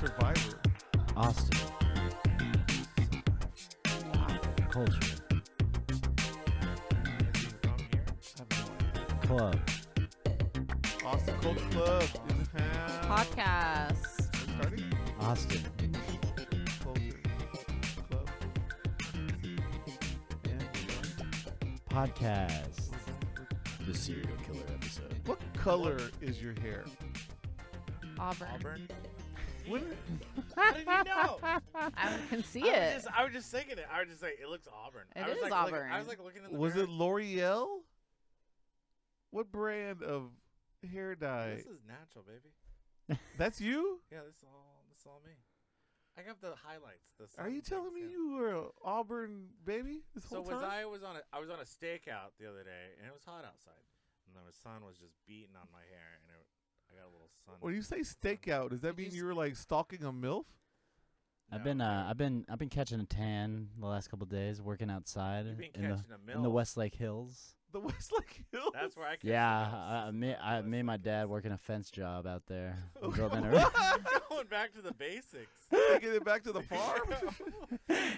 Survivor. Austin. Pop culture. Is he from here? I have no idea. Club. Austin Cult Club in the house. Podcast. Starting Austin. Culture Club. And we are- Podcast. The serial killer episode. What color is your hair? Auburn. Auburn. What? How did you know? I can see I it. Was just, I was just thinking it. I was just like, it looks Auburn. It I was is like, look- Auburn. I was like looking in the Was mirror. it L'Oreal? What brand of hair dye? This is natural, baby. That's you? Yeah, this is all. This is all me. I got the highlights. The Are you sun telling me things, yeah. you were a Auburn baby this So whole was time? I was on a I was on a stakeout the other day, and it was hot outside, and the sun was just beating on my hair, and it, I got a little sun. When you say stakeout, does that Did you mean s- you were like stalking a MILF? I've No, been no. uh, I've been I've been catching a tan the last couple days, working outside You've been in the catching a in the MILF. Westlake Hills. The Westlake Hills? That's where I. catch the Yeah, mouse. I, I, me, I, me and my Westlake dad Hills. working a fence job out there. Oh, Building a- Going back to the basics. Taking it back to the farm?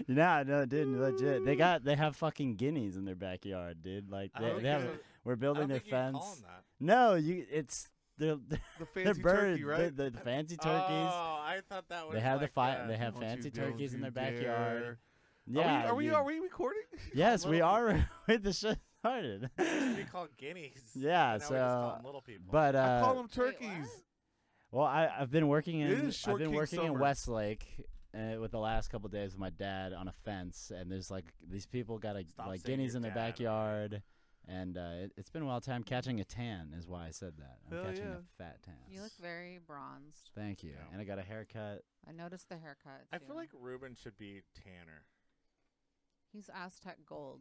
no, no, dude, legit. They got they have fucking guineas in their backyard, dude. Like I they, don't they have, think you- we're I building don't their think you can call fence. them that. No, you it's they're the they're fancy birds. turkey, They're- right? They're, the fancy turkeys. Oh, I thought that was. they have the like fi- uh, they have Don't you- fancy don't turkeys in you their backyard. dare. Yeah. Are we, you- are we, are we recording? Yes, we little- are. with the shit started. we call guineas. Yeah, And now we just call so- 'em little people. But uh, I call them Wait, what? turkeys. Well, I, I've been working It in is I've Short been King working in summer. Westlake uh, with the last couple days with my dad on a fence, and there's like these people got a, Stop like saying guineas your in their dad, okay. backyard, and uh, it, it's been a wild time catching a tan is why I said that. I'm Hell catching yeah. a fat tan. You look very bronzed. Thank you, Yeah. and I got a haircut. I noticed the haircut. I feel too. like Ruben should be Tanner. he's Aztec gold.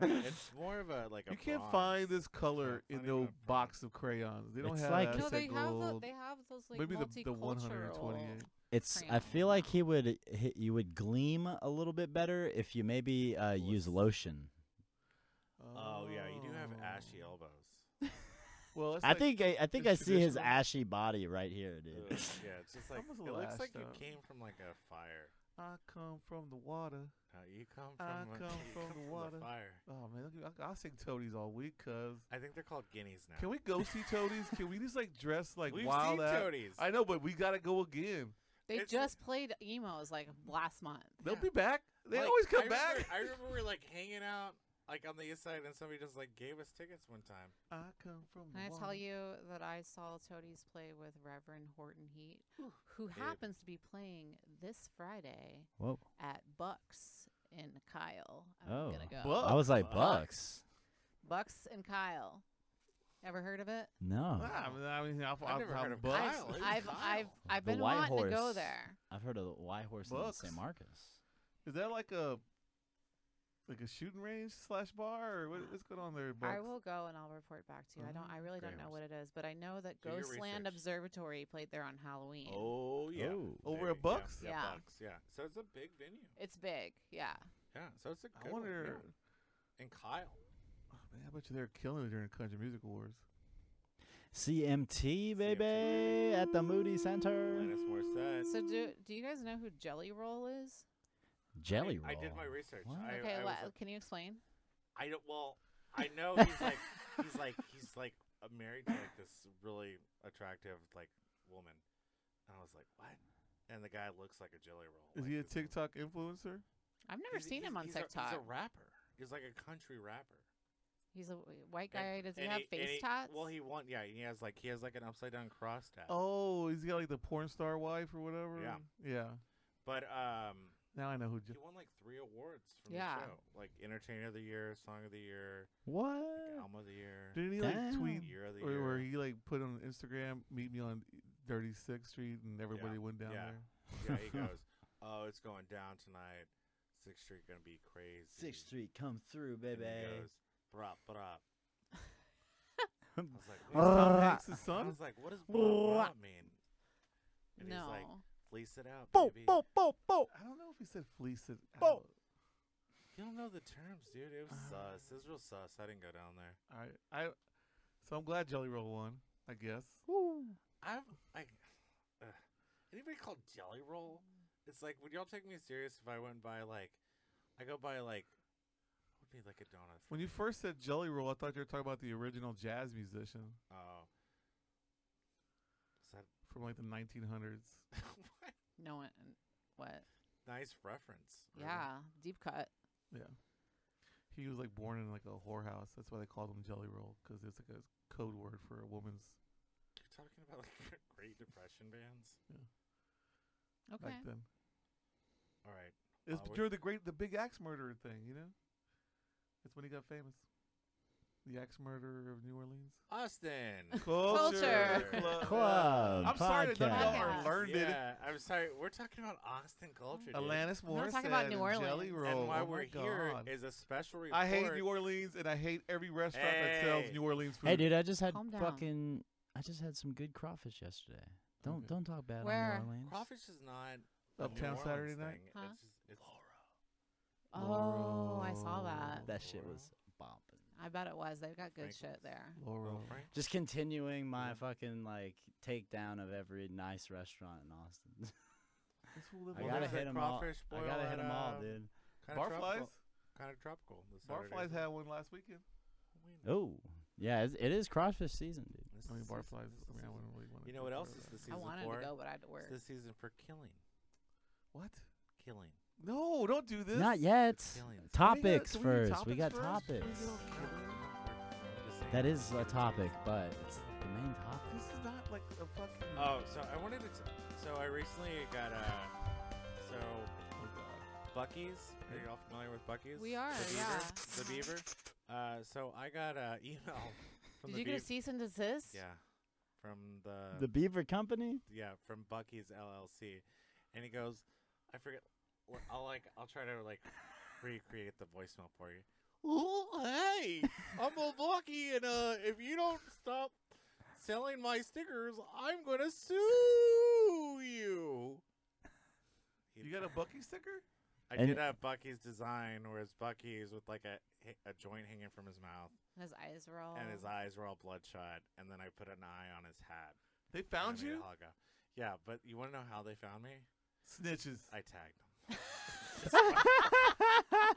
It's more of a like a. You can't bronze. find this color in Not even no a bronze. box of crayons. They don't It's have like- that no, they set have the, gold. they have those like Maybe the, multicultural. the 128. It's I Crayon. feel like he would he, you would gleam a little bit better if you maybe uh, use lotion. Oh yeah, you do have ashy elbows. Well, it's I like- think I, I think I it's see his traditional. ashy body right here, Ugh, dude. yeah, it's just like was it looks like you last, uh, came from like a fire. I come from the water. No, you come from. I a- come you from the water. fire. Oh man, look at- I, I sing toadies all week, cuz. I think they're called guineas now. Can we go see toadies? Can we just like dress like We've wild seen ass- toadies. I know, but we gotta go again. They It's- just played emos like last month. They'll Yeah. be back. They Like, always I come remember- back. I remember we were like hanging out like on the east side, and somebody just like gave us tickets one time. I, come from. Can I the tell water. you that I saw Toadies play with Reverend Horton Heat, who Babe. happens to be playing this Friday Whoa. at Bucks in Kyle. I'm Oh. gonna go. Buck- I was like Bucks. bucks. Bucks and Kyle. Ever heard of it? No. Ah, I mean, I mean, I've, I've I've, never I've heard of bucks. Kyle. Who's I've I've, I've Kyle? I've The been White wanting to go Horse. there. I've heard of the Y Horse in Bucks. St. Marcus. Is that like a like a shooting range slash bar or what, what's going on there? Bucks? I will go and I'll report back to you. I don't. I really don't know what it is, but I know that Do your Ghostland research. Observatory played there on Halloween. Oh yeah. Oh. Over at Baby, Bucks? Yeah, Yeah. yeah, Bucks. Yeah. So it's a big venue. It's big, yeah. Yeah. So it's a I good one, yeah. wonder. And Kyle. Oh, man, I bet you they're killing it during the Country Music Awards. CMT, baby, at the Moody Center. Alanis Morissette. So do do you guys know who Jelly Roll is? Jelly roll. I did my research. What? I- Okay, was let- like- can you explain? I don't. Well, I know he's like he's like he's like uh, married to like this really attractive like woman, and I was like, what? And the guy looks like a jelly roll. Is like he a this little- TikTok influencer? I've never he's- seen he's- him on he's a- TikTok. he's a rapper. He's like a country rapper. He's a w- white guy. And- Does he and have and face he- tats? Well, he won. Yeah, he has like he has like an upside down cross tat. Oh, is he got like the porn star wife or whatever? Yeah. Yeah. But um, Now I know who. he J- won like three awards from Yeah. the show, like entertainer of the year, song of the year, What? like, album of the year, Did he like Damn. tweet year of the or year. where he like put on Instagram, meet me on Dirty Sixth Street, and everybody went down Yeah. there. Yeah, he goes, "Oh, it's going down tonight. Sixth Street gonna be crazy." Sixth Street, come through, And baby. he goes, "Brop, brop." I was like, Uh, "Wait." Tom Brrrr. Hanks' I son. was like, "What does Brrrr. brop, brop mean?" And no. he's like, "Fleece it out, Bo, baby." bo, bo, bo. I don't know if he said fleece it. Bo- out. You don't know the terms, dude. It was Ah. sus. It was real sus. I didn't go down there. I, I, so I'm glad Jelly Roll won. I guess. I've, I, ugh. anybody called Jelly Roll? It's like, would y'all take me serious if I went and buy like, I go buy like, what would be like a donut? for When you me? first said Jelly Roll, I thought you were talking about the original jazz musician oh, is that from like the 1900s. what? No one. What? nice reference? Irvin. Yeah, deep cut. Yeah. He was like born in like a whorehouse. That's why they called him Jelly Roll because it's like a code word for a woman's you're talking about like Great Depression bands. Okay. back then. All right, It's Wow, we're- during the great the big axe murderer thing, you know. That's when he got famous. The axe murderer of New Orleans. Austin. Culture. Club. Club. I'm sorry that none of y'all Podcast. are learned it. yeah, I'm sorry. We're talking about Austin culture. dude. Alanis No, we're Morissette talking about New and Jelly Orleans. Roll. And why Oh my we're here God. is a special report. I hate New Orleans and I hate every restaurant that Hey. sells New Orleans food. Hey, dude, I just had Calm down. fucking. I just had some good crawfish yesterday. Don't Okay. don't talk bad Where? on New Orleans. Crawfish is not a New Uptown Orleans Saturday night. thing. Huh? It's just, it's Oh, I saw Laurel. that. That shit Laurel? was bombing. I bet it was. They've got good shit Franklin's. there. Laurel. Little Frank. Just continuing my Yeah. fucking like takedown of every nice restaurant in Austin. This will live I on Well, gotta that. there's that hit 'em all. crawfish I boil gotta at, hit 'em all, um, dude. Kind of Barflies. Kind of tropical. this Saturday. Barflies had one last weekend. Oh, yeah, it's, it is crawfish season, dude. This I mean, is the barflies. season- this I is the mean, I season. wouldn't really want to. You know what else is the I season wanted for? to go, but I had to It's work. the season for killing. What? Killing. No, don't do this. Not yet. Killing. Can we Topics can we do first. we topics got first? topics. Can we do Killing. I'm just saying. That is a topic, but it's the main topic. This is not like a fucking. Oh, so I wanted to. T- so I recently got a. So Bucky's. Are you all familiar with Bucky's? We are, The Beaver. yeah. The Beaver. Uh, so I got an email from Did the you Beaver. get a cease and desist? Yeah, from Uh, The Beaver Company. yeah from Bucky's LLC, and he goes, I forget. l- I'll like I'll try to like recreate the voicemail for you. Oh hey, I'm a Bucky, and uh, if you don't stop selling my stickers, I'm gonna sue you. You got a Bucky sticker? I And- did have Bucky's design, where it's Bucky's with like a a joint hanging from his mouth, And his eyes were all. and Oh. his eyes were all bloodshot, and then I put an eye on his hat. They and I found made a you? hologram. Yeah, but you want to know how they found me? Snitches. I tagged him.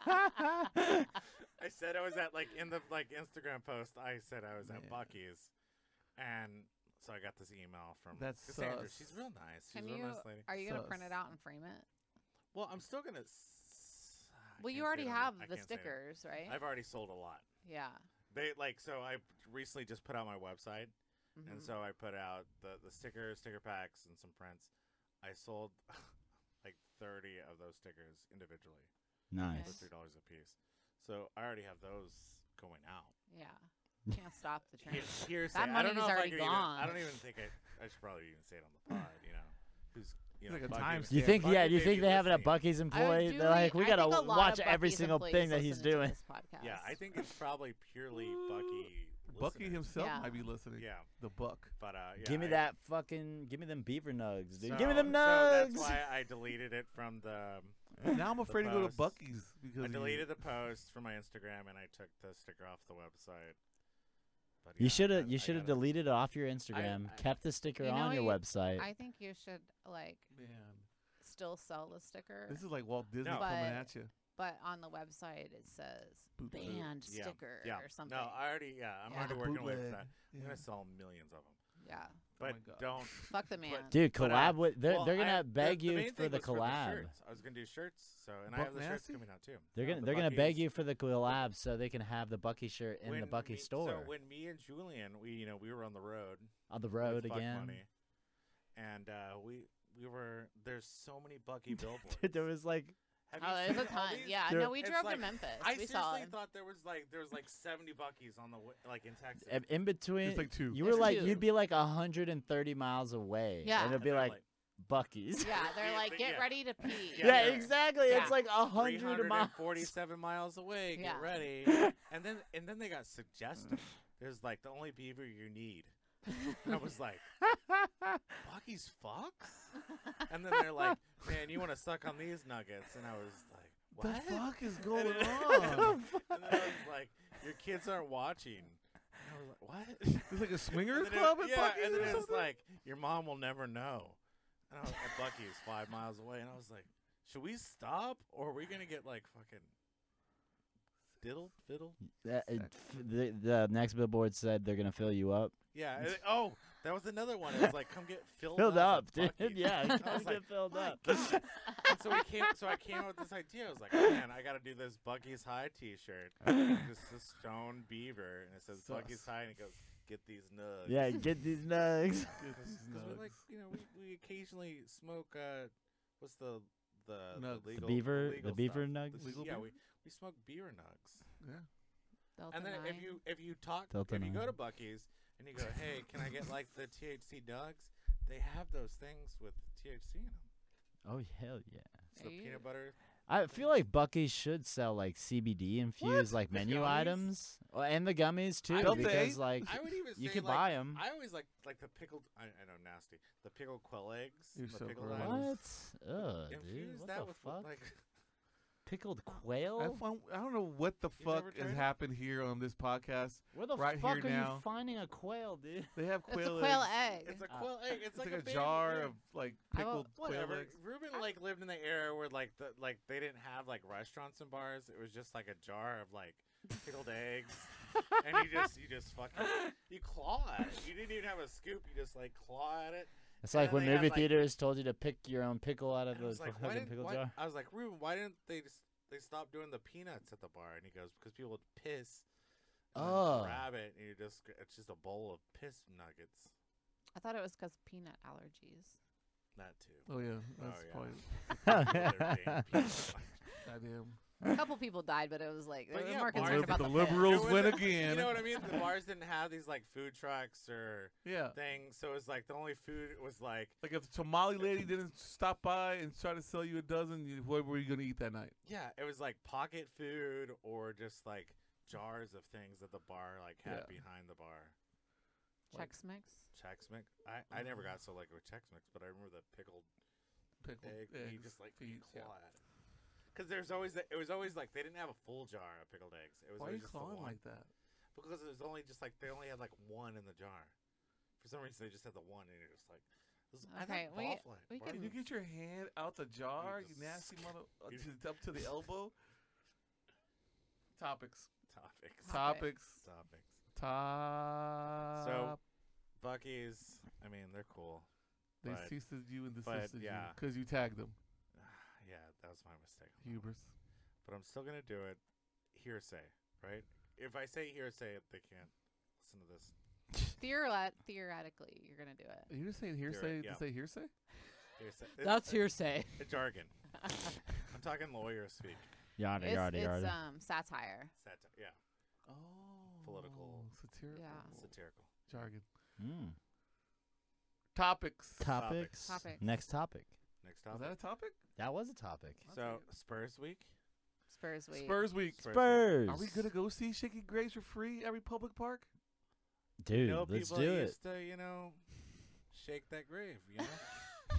I I said I was at like in the like Instagram post. I said I was at Yeah. Bucky's, and so I got this email from That's Cassandra. sus. She's real nice. She's Can a real you- nice lady. Are you gonna print Sus. it out and frame it? Well, I'm still gonna. S- I Well, can't say you already it on have I the can't say it. stickers, right? I've already sold a lot. yeah. They like so I recently just put out my website, and Mhm. so I put out the the stickers, sticker packs, and some prints. I sold like 30 of those stickers individually for nice. three dollars a piece. So I already have those going out. yeah. Can't stop the train. Here- hearsay. That I don't money's know if I already could even- I gone. don't even think I. I should probably even say it on the pod. You know, who's you It's know, like a Bucky- timestamp. You think? Bucky Yeah, you may think be they have it at listening. Bucky's employee? do They're like, we I gotta think a lot of watch every Bucky's single thing employees that he's listen to doing. this podcast. Yeah, I think it's probably purely Bucky. Bucky listeners. himself Yeah. might be listening. Yeah, The buck. but uh, yeah, give me I- that fucking, give me them beaver nugs, dude. give me so- them So nugs. that's why I deleted it from the. Now I'm afraid to go to post. Bucky's because I of you. deleted the post from my Instagram and I took the sticker off the website. But yeah, you should I- have, you I should have gotta- deleted it off your Instagram, I- kept the sticker You know on your you- website. I think you should like Man, still sell the sticker, this is like Walt Disney No. coming But- at you. but on the website it says Bootleg. banned Yeah, sticker Yeah. or something. No, I already. Yeah, I'm Yeah. already working with Bootleg. that. I'm Yeah. gonna sell millions of them. yeah. Oh my But God. don't Fuck the man. Dude, But, uh, collab with they're Well, they're gonna I- the- beg the you main for thing the was the collab. shirts. I was gonna do shirts, so and I Buck have the shirts Nasty? coming out too. They're Uh, gonna the they're gonna beg Buc-ee's. you for the collab so they can have the Bucky shirt in the When Bucky me- store So when me and Julian, we you know we were on the road, on the with road Buck again. money, and uh, we we were there's so many Bucky billboards. Dude, there was like Have you Oh, there's a seen all ton. these? Yeah, Dude. no, we It's drove like- to Memphis. I we seriously saw it. thought there was like there was like 70 Buckies on the way, like in Texas. in- e, in between. It's like two. you were There's like two. you'd be like 130 miles away. Yeah. and it'd And be they're like Bucky's. Yeah, Yeah, they're like, but get yeah. ready to pee. Yeah, Yeah, they're exactly. Yeah. It's like a hundred miles. 347 miles away. Get Yeah. ready. And then and then they got suggested. There's like the only beaver you need. And I was like, Bucky's fox? And then they're like, man, you want to suck on these nuggets? And I was like, The what? fuck is And going then- on? and then I was like, your kids aren't watching. And I was like, what? It's like a And swinger then it- club at yeah, Bucky's and then or it was something. like, your mom will never know. And I was at Bucky's five miles away, and I was like, "Should we stop, or are we gonna get like fucking diddle fiddle?" That, it, f- the, the next billboard said they're gonna fill you up. Yeah. and it- oh, that was another one. It was like, "Come get filled, Filled up, at dude. Buc-ee's." Yeah, I you gotta was like, get filled "My up. God." And so we came. So I came up with this idea. I was like, "Man, I gotta do this Bucky's High T-shirt. Just a stone beaver, and it says Sus. Bucky's High, and it goes, get these nugs.' yeah, get these nugs. Get Because these we like, nugs. you know, we, we occasionally smoke. Uh, what's the the, Nugs. The the legal beaver- the legal beaver stuff. nugs? The- Legal yeah, beaver? we we smoke beer nugs. Yeah. Delta And then if nine. you if you talk Delta if you go nine. to Bucky's and you go, hey, can I get like the THC nugs? They have those things with THC in them. Oh hell yeah! It's the Hey. peanut butter. I feel like Bucky's should sell like CBD infused like The menu gummies? items Oh, and the gummies too Delta because eight? like I would even you say can like, buy 'em. I always like like the pickled. I, I know nasty. The pickled quail eggs. You're the so pickled gross. onions. what? Ugh, dude, Infuse what that the with fuck? like Pickled I, quail? found, I don't know what the never fuck tried has it? happened here on this podcast. Where the right fuck here are now. you finding a quail, dude? They have it's a quail, quail eggs. egg. it's a Uh, quail egg. It's, It's like, like, a big- jar yeah. of like I will- pickled quail Whatever. eggs. Ruben like lived in the era where like the like they didn't have like restaurants and bars. It was just like a jar of like pickled eggs, and you just you just fucking you claw at it. You didn't even have a scoop. You just like claw at it. It's And like then when they had, movie like- theaters told you to pick your own pickle out of And I the was like, why fucking didn't pickle why, jar. I was like Ruben, why didn't they just they stop doing the peanuts at the bar? And he goes because people would piss. and then Oh. grab it and you just it's just a bowl of piss nuggets. I thought it was because peanut allergies. That too. Oh yeah, that's yeah. probably There being peanut butter. goddamn. A couple people died, but it was like they But were yeah, more bars- concerned about the the piss. liberals It win was- again. You know what I mean? The bars didn't have these like food trucks or Yeah, things, so it was like the only food was like, like if the tamale lady didn't stop by and try to sell you a dozen, you, what were you gonna eat that night? yeah, it was like pocket food or just like jars of things that the bar like had Yeah. behind the bar. Like- Chex Mix. Chex Mix. I, I never got so like with Chex Mix, but I remember the pickled Pickled egg. and you eggs, just like you feet, yeah. claw at it. Because there's always that. It was always like they didn't have a full jar of pickled eggs. It was Why are always you just the clawing one. like that? Because it was only just like they only had like one in the jar. For some reason, they just had the one, and you're just like, this is- I thought Okay, we- ball flight, we bro. Can you get your hand out the jar, you just nasty mother, uh, you- to- up to the elbow? Topics, topics? topics, Topics. topics. So, Bucky's. I mean, they're cool. they but- ceased you and but, desisted you yeah. because you tagged them, Yeah, that was my mistake. on that one. hubris. But I'm still gonna do it. Hearsay, right? If I say hearsay, they can't listen to this. Theoret- theoretically, you're gonna do it. You're just saying hearsay yeah. to say hearsay. Hearsay. It- it- hearsay. It's jargon. I'm talking lawyer speak. Yada it's yada it's yada. um satire. Sati- yeah, Oh, Political- satirical satirical. jargon. Mm. Topics. Topics. Topics. Next topic. Next Is that topic. a topic? That was a topic. So Spurs week. Spurs week. Spurs week. Spurs. Spurs. Are we gonna go see Shaky Graves for free at Republic Park? Dude, no let's people do that it. used to, you know, shake that grave. You know.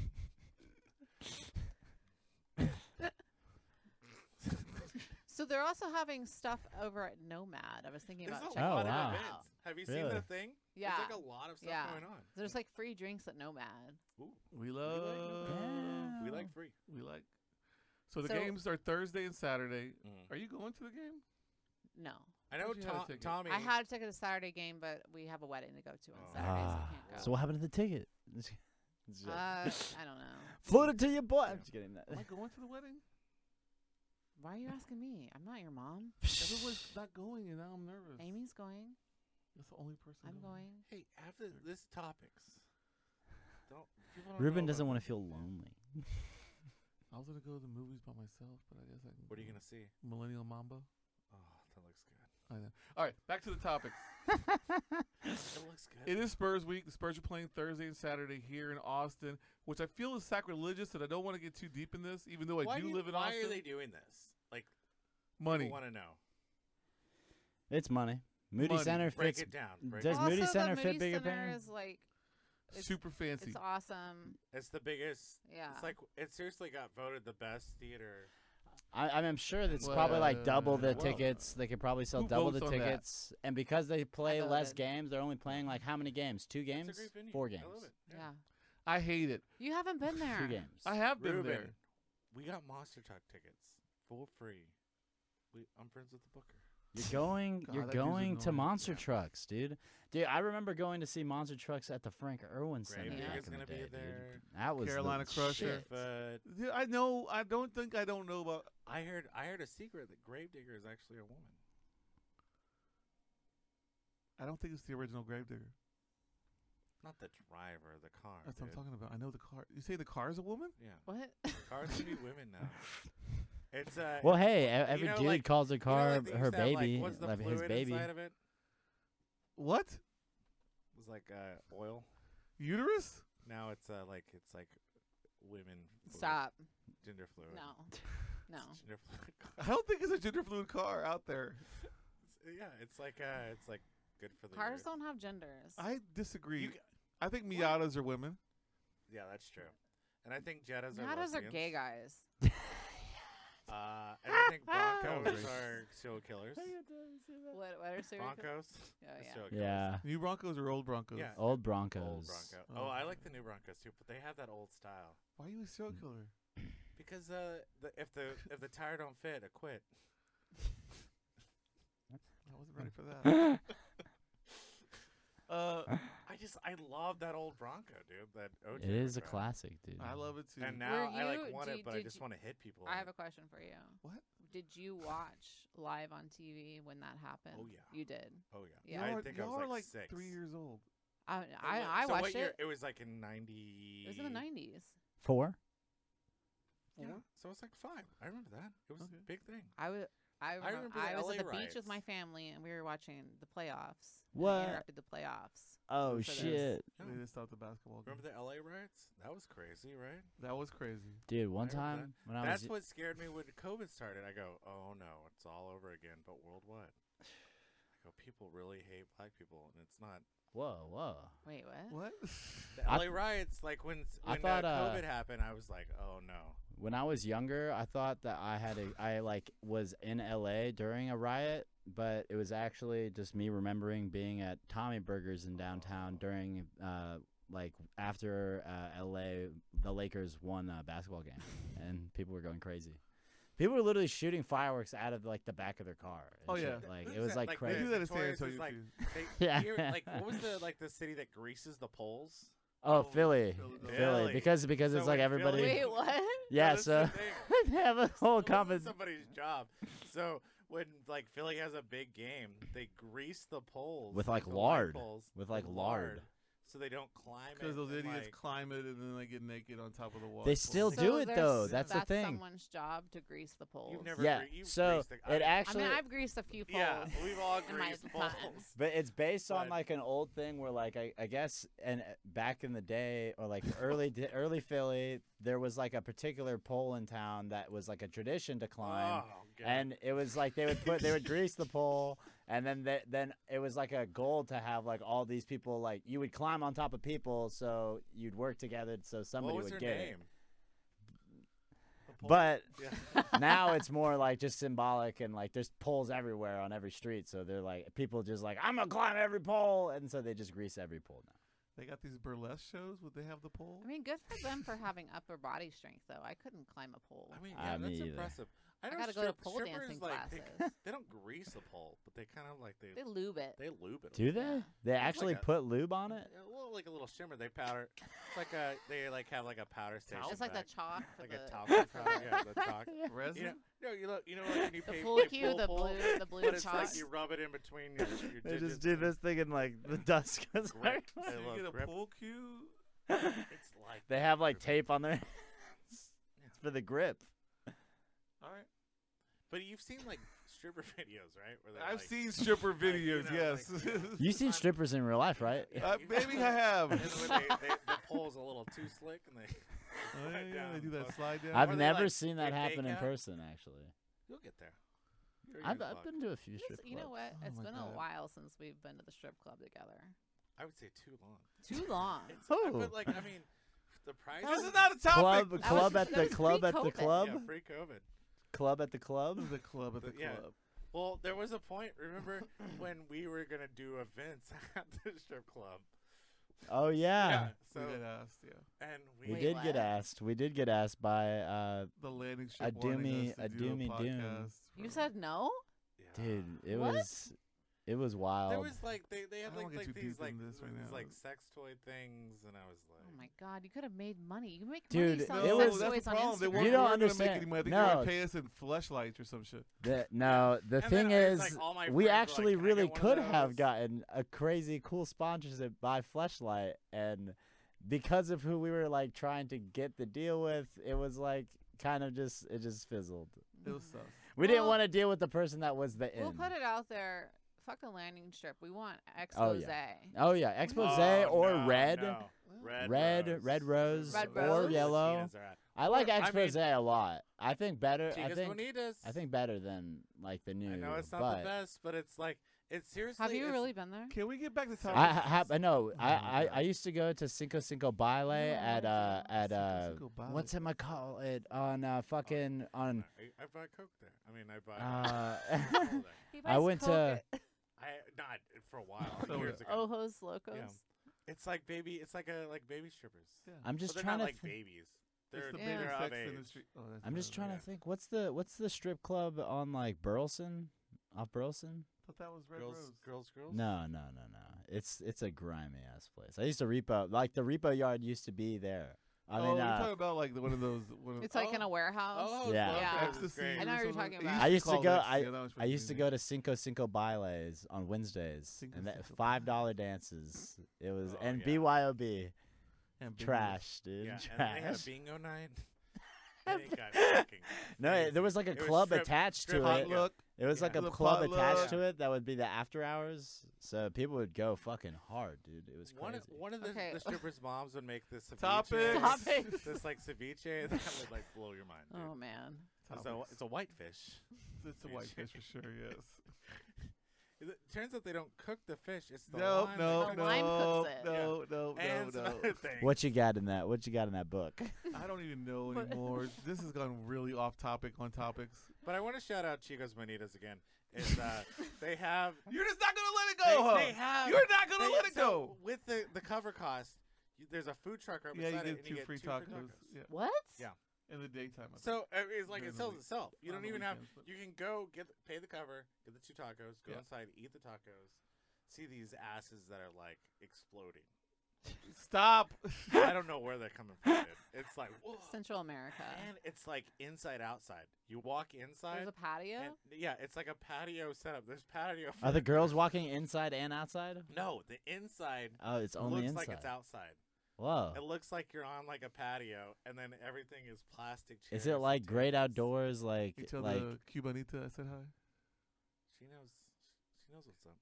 So they're also having stuff over at Nomad. I was thinking There's about a checking Oh, lot that wow. of out. events. Have you seen Really? the thing? Yeah. There's like a lot of stuff Yeah. going on. There's like free drinks at Nomad. We love. Yeah. we Mm. like free. We like. So the So- games are Thursday and Saturday. Mm. Are you going to the game? No. I know Thought you had a Tom, ticket. Tommy. I had a ticket to Saturday game, but we have a wedding to go to on Oh. Saturday, so Ah, I can't go. So what happened to the ticket? uh, I don't know. Float it to your boy. Yeah. I'm just kidding. That. Am I going to the wedding? Why are you asking me? I'm not your mom. Everyone's not going, and now I'm nervous. Amy's going. that's the only person. I'm going. Hey, after this topics, don't people don't Ruben know doesn't about want to this. feel lonely. I was gonna go to the movies by myself, but I guess I can. What are you go. gonna see? Millennial Mamba. Oh, that looks good. I know. All right, back to the topics. It looks It good. is Spurs week. The Spurs are playing Thursday and Saturday here in Austin, which I feel is sacrilegious, and I don't want to get too deep in this, even though I why do, you- live in why Austin. are they doing this? Like, Money. people want to know. It's money. Moody Money. Center Break fits. it down. Break Does it down. Moody Also, Center the fit Moody bigger Center band? is like it's- Super fancy. it's awesome. It's the biggest. Yeah. It's like it seriously got voted the best theater. I, I mean, I'm sure that's probably like double the Well, tickets. They could probably sell who double the votes on that? tickets. And because they play less voted. games, they're only playing like how many games? Two It's games? a great venue. Four games. I love it. yeah. I hate it. You haven't been there. Two games. I have been Ruben, there. we got Monster Talk tickets for free. We, I'm friends with the booker. You're going. God, you're that dude's going to annoying. Monster Yeah. Trucks, dude. Dude, I remember going to see Monster Trucks at the Frank Irwin Center. Digger's back in the gonna be day, dude. there. That was the Carolina Crusher. shit. But Dude, I know. I don't think I don't know about. uh, I heard I heard a secret that Gravedigger is actually a woman. I don't think it's the original Gravedigger. Not the driver, the car. That's what I'm dude. talking about. I know the car. You say the car is a woman? Yeah. What? Cars can be women now. It's uh Well, it's- hey, e- every know, dude like- calls a you know, like, car they used her to have, like, baby, what's the like, his fluid baby. inside of it? What? It was like uh oil. Uterus? Now it's uh like it's like women fluid, Stop. gender fluid. No. No. It's gender fluid. I don't think it's a gender fluid car out there. It's- yeah, it's like uh it's like good for the Cars earth. don't have genders. I disagree. You g- I think Miatas are women. Yeah, that's true. And I think Jettas are Nadas are gay lesbians. guys. Uh, and I think was That Broncos racist. are serial killers. What? What are serial? killers? Broncos. Oh, are yeah. serial killers. Yeah, New Broncos or old Broncos? Yeah. old Old Broncos. Bronco. Oh, Oh, I okay. like the new Broncos too, but they have that old style Why are you a serial Hmm. Mm. killer? because uh, the, if the if the tire don't fit, I quit. I wasn't ready for that. Uh, I just I love that old Bronco, dude. That OJ it is a Bronco. classic, dude. I love it too. And now I like you- want do it, you- but I did just you- want to hit people. I have a question for you. What? Did you watch live on TV when that happened? yeah. You did. oh yeah, Yeah. y'all I are, think I y'all was are like, like six. three years old. I It I, wa- I so what watched year- it. It was like in ninety. It was in the nineties. Four. Yeah, Four? so it's like five. I remember that. It was Okay. a big thing. I was I, remem- remember the I was LA at the beach with my riots. family and we were watching the playoffs. and What? They interrupted the playoffs. Oh for this. shit, Yeah. They just stopped the basketball game. Remember the LA riots? That was crazy, right? That was crazy. dude! One I remember time when I was That's y- what scared me when COVID started. I go, oh no, it's all over again, but worldwide. I go, people really hate black people, and it's not. whoa, whoa. Wait, what? What? The I LA th- riots, like when, s- I when thought, uh, uh, COVID happened, I was like, oh no. When I was younger, I thought that I had a I like was in L.A. during a riot, but it was actually just me remembering being at Tommy Burgers in downtown Oh. during uh like after uh, L.A. the Lakers won a basketball game, and people were going crazy. People were literally shooting fireworks out of like the back of their car. and Oh, yeah. shit. like Who's it was that? like Like, They crazy. do that in San Notorious Antonio is like- too. They, Yeah. here- like what was the like the city that greases the poles? Oh, Oh, Philly. Philadelphia. Philly. Philly. Because because So it's like in everybody Philly- Wait, what? Yeah, that's so the thing. they have a whole It wasn't compass. somebody's job. So when like Philly has a big game, they grease the poles With, like, the light lard. poles With, like, lard. so they don't climb. Because it those and, idiots like- climb it and then they get naked on top of the wall. They still do. do it, there's- though. That's the that's thing. Someone's job to grease the poles. You've never Yeah. gre- you've So greased the- it I mean, actually I mean, I've greased a few poles. yeah, we've all in my greased poles. time. But it's based on But- like an old thing where like I, I guess and uh, back in the day or like early di- early Philly there was like a particular pole in town that was like a tradition to climb Oh, God. and it was like they would put they would grease the pole and then they, then it was like a goal to have like all these people like you would climb on top of people so you'd work together so somebody what was would her get it. name? The pole- But yeah. now it's more like just symbolic and like there's poles everywhere on every street so they're like people just like i'm gonna climb every pole and so they just grease every pole now They got these burlesque shows. Would they have the pole? I mean, good for them for having upper body strength, though. I couldn't climb a pole. I mean, Uh, yeah, me that's either. impressive. I, I know gotta go to strip- pole strippers, dancing like, they- classes. They, don't grease the pole, but they kind of like they they lube it. they lube it. a do little. they Yeah. they like actually a- put lube on it Yeah, well, like a little shimmer. They powder. It's like a they like have like a powder station. It's like the back. chalk. For like the, a talcum powder. Yeah, the talc. Resin? You know, no, you look, you know, like when you The pay pool like cue, pool the pool, blue, the blue but it's chalk. like you rub it in between your, your they digits just do and this thing and like the dust goes grip. So I you love get a grip. pool cue. It's like they have like tape on their hands for the grip All right. But you've seen like stripper videos, right? Where they're, I've like- seen stripper like, you videos. know, yes. like, you know. you've seen strippers in real life right Yeah. uh, you- maybe I have. And when they, they, the pole's a little too slick, and they Oh, yeah, slide yeah, they down do that both- slide down. i've Or they, never like, seen that they fake happen in out. person actually You'll get there. You're i've, gonna I've fuck. been to a few strip Yes, you know clubs. what? Oh It's my been God. a while since we've been to the strip club together. I would say too long. Too long. It's, I- Oh. But like, I mean, the price. This is not a topic. club was- club at that the was club at the pre-COVID. club Yeah, pre-COVID. club at the club The club at the The- yeah. club. Well, there was a point. Remember when we were gonna do events at the strip club? Oh yeah. Yeah. So So we get asked, yeah. and we We Wait, did get what? asked. We did get asked by uh The landing ship A wanting us doomy- to a do a doomy doom. podcast. You for- said no? Oh yeah. dude, it What? was it was wild. There was like they, I they had don't like, wanna get like too these deep like into this right these, now, like but- sex toy things, and I was like, Oh my god, you could have made money. You can make Dude, money it selling no, was- sex Oh, that's toys the on problem. They Instagram. weren't, You don't weren't gonna make understand. any money. They were No. gonna pay us in fleshlights or some shit. The- no, the And then thing I was is like, all my we friends were like, actually "Can I really get one of could have those?" gotten a crazy cool sponsorship by Fleshlight and because of who we were like trying to get the deal with, it was like kind of just it just fizzled. It was sus. We didn't Well- want to deal with the person that was the We'll end. put it out there. Fuck a landing strip. We want Oh, expose. yeah. Oh yeah, expose Oh, or no, red. no. Red, Red- rose. red rose Red or That's where yellow. Tina's are at. I like Or, I mean, expose a lot. I think better. I Chicas think bonitas. I think better than like the new. I know it's not but the best, but it's like it's seriously. Have you it's- really been there? Can we get back to So- topic? I have. I know. Oh I, my I, God. I used to go to Cinco Cinco Baile at no, uh no, at Cinco uh Cinco Baile. Oh, what's it? I call it on uh fucking on. I, I bought coke there. I mean, I bought. Uh, He I buys went Coke to- at I not for a while Oh, years ago. Ojos Locos. It's like baby. It's like a like baby strippers. Yeah. I'm just but they're trying not to. like thi- babies. They're It's the Yeah. bigger they're of sex age. industry. Oh, that's I'm just another trying one. to think. What's the what's the strip club on like Burleson, off Burleson? Thought that was Red Girls, Rose. girls, girls. No, no, no, no. It's it's a grimy ass place. I used to repo like the repo yard used to be there. I oh, mean, we're uh, talking about like the- one of those. One of, It's like in Oh. a warehouse. Oh, Yeah. okay, Yeah. this is ecstasy. great. I know or what you're something. talking It about. used I used to call it go- ecstasy. know it's I really used to convenient. go to Cinco Cinco bailes on Wednesdays, Cinco and that Cinco five dollar Baile. dances. It was Oh, and yeah. BYOB And big wheels. trash, dude, Yeah, and they had trash. bingo night. And it got fucking No, it, there crazy. was like a It was club strip- attached to it. strip club. Potluck. It was Yeah. like a The club potluck. attached to it that would be the after hours. So people would go fucking hard, dude. It was One crazy. of, one of the, Okay. the strippers' moms would make this ceviche. Topics. Topics. This like ceviche that would like blow your mind. dude. Oh man. it's, a, Topics. it's a whitefish. It's a white fish for sure. Yes. It turns out they don't cook the fish. It's the No, lime no, no, that comes- The lime no, cooks it. no, no, and some no. other thing. what you got in that? What you got in that book? I don't even know But- anymore. this has gone really off topic on topics. But I want to shout out Chicos Manitas again. Is uh, they have You're just not gonna let it they, go, they huh? have You're not gonna they- let it so go. with the the cover cost. You, there's a food truck right Yeah, beside you it, get and two you get free two tacos. free tacos. Yeah, What? Yeah. in the daytime. I think. So I mean, it's like During it the sells week- itself. You on don't the even have. weekends, but- You can go get pay the cover, get the two tacos, go Yeah. inside, eat the tacos, see these asses that are like exploding. Stop. I don't know where they're coming from. dude. It's like whoa. Central America. and it's like inside outside. You walk There's inside. a patio. and- yeah, it's like a patio setup. There's patio. Are the furniture. girls walking inside and outside? No, the inside Oh, it's only looks inside. like it's outside. Whoa. It looks like you're on like a patio, and then everything is plastic. Chairs Is it and like great tables. outdoors? Like You tell like the Cubanita I said hi. She knows. She knows what's up.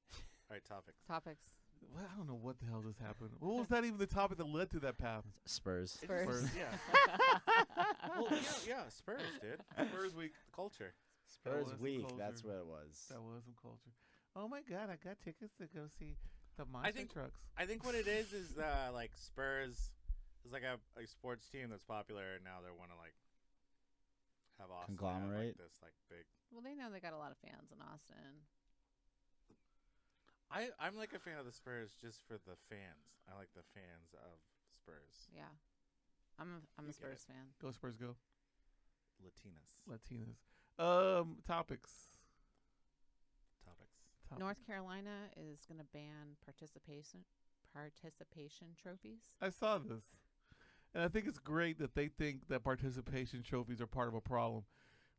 All right, topics. Topics. Well, I don't know what the hell just happened. What was that even the topic that led to that path? Spurs? It Spurs. just- Yeah. well, yeah, yeah, Spurs, dude. Spurs week. Culture. was Spurs some week. That's culture. what it was. That was some culture. Oh my god, I got tickets to go see the monster I think- trucks. I think what it is is uh, like Spurs is like a, a sports team that's popular, and now they want to like have Austin have, like, Conglomerate. this like big. Well, they know they got a lot of fans in Austin. I I'm like a fan of the Spurs just for the fans. I like the fans of Spurs. Yeah. I'm a, I'm a You get it. Spurs fan. Go Spurs, go Latinas Latinas. Um, topics. topics. Oh. Topics. North Carolina is going to ban participation participation trophies. I saw this, and I think it's great that they think that participation trophies are part of a problem.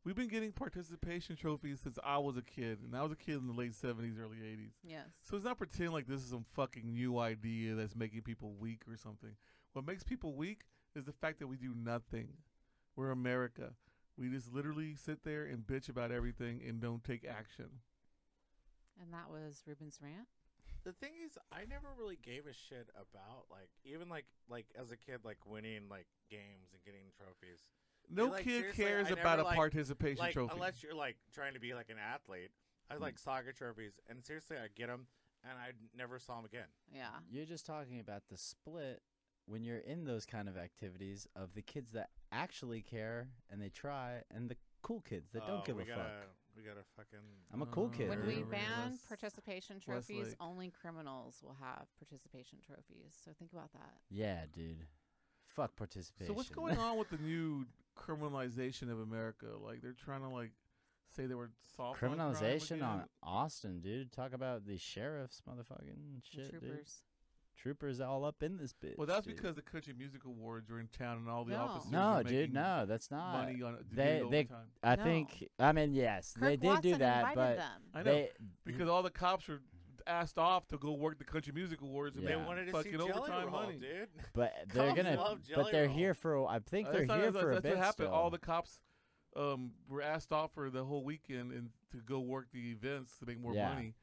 We've been getting participation trophies since I was a kid, and I was a kid in the late '70s, early '80s. Yes. So it's not pretend like this is some fucking new idea that's making people weak or something. What makes people weak is the fact that we do nothing. We're America. We just literally sit there and bitch about everything and don't take action. And that was Ruben's rant. The thing is, I never really gave a shit about like even like like as a kid like winning like games and getting trophies. No like, kid seriously, cares I never, about a like- participation like trophy. unless you're like trying to be like an athlete. Hmm. I like soccer trophies, and seriously, I get them, and I never saw them again. Yeah. You're just talking about the split when you're in those kind of activities of the kids that actually care and they try, and the cool kids that Oh, don't give we a gotta, fuck. We got a fucking. I'm a cool Oh, kid. Yeah, When we remember ban West- participation trophies, Westlake. only criminals will have participation trophies. So think about that. Yeah, dude. Fuck participation. So what's going on with the new criminalization of America? Like they're trying to like say they were soft on Oh crime Criminalization on again? Austin, dude. Talk about the sheriffs, motherfucking The shit, dude. troopers. Troopers all up in this bitch. Well, that's dude. because the country music awards were in town and all the No. officers. No, were dude. making No, that's not. Money on it. They- They, they- I No. think. I mean, yes, Kirk they did Watson do that, invited but them. I know they because all the cops were asked off to go work the country music awards and They they They Yeah. wanted to fucking see Jelly overtime Roll, money. dude. But they're Cops gonna. love But Jelly they're Roll. here for. a- I think Uh, they're that's not- here that's, for a that's bit. what happened. still. All the cops um, were asked off for the whole weekend and to go work the events to make more Yeah. money,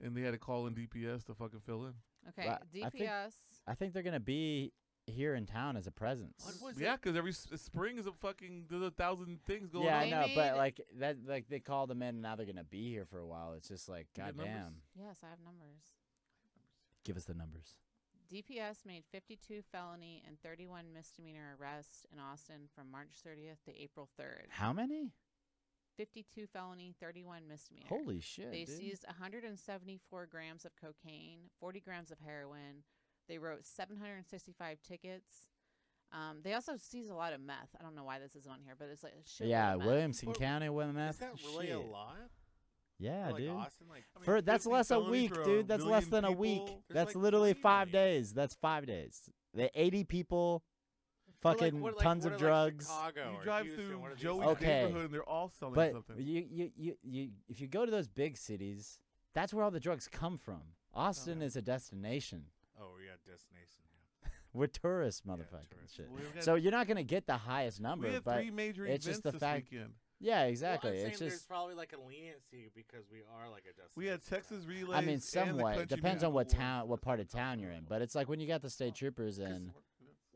and they had to call in DPS to fucking fill in. Okay, I think- DPS. I think they're gonna be here in town as a presence. What was Yeah, it? because every s- spring is a fucking there's a thousand things going yeah, on. I They know, but made- like that, like they called them in, and now they're gonna be here for a while. It's just like, You got numbers? goddamn, Yes, I have numbers. give us the numbers. DPS made 52 felony and 31 misdemeanor arrests in Austin from March 30th to April 3rd. How many? 52 felony, 31 misdemeanor. Holy shit! They dude. seized 174 grams of cocaine, 40 grams of heroin. They wrote 765 tickets. Um, they also seized a lot of meth. I don't know why this is on here, but it's like a shitload yeah, of meth. Williamson Well, County with Is meth. that really shit. a lot? Yeah, For, like dude. Austin, like I mean, for that's 50 less a felonies week, for a dude. That's less million than a week. people. There's, That's like, literally 20 five million. days. That's five days. The eighty people, Or, like, fucking what, like- tons what of are, like, drugs. Chicago You or drive Houston, through one of these Joey's places. Okay. neighborhood and they're all selling But something. you, you, you, you, if you go to those big cities, that's where all the drugs come from. Austin Oh, yeah. is a destination. Oh, we got destination. Yeah. We're tourists, motherfucking tourists. shit. We've got- So you're not gonna get the highest we number, had but three major events it's just the this fact- weekend. yeah, Well, exactly. I'm it's saying just there's probably like a leniency because we are like a destination. We had town. Texas relays. I mean, and the somewhat country depends on music awards. what town, what part of town you're in. But it's like when you got the state troopers in,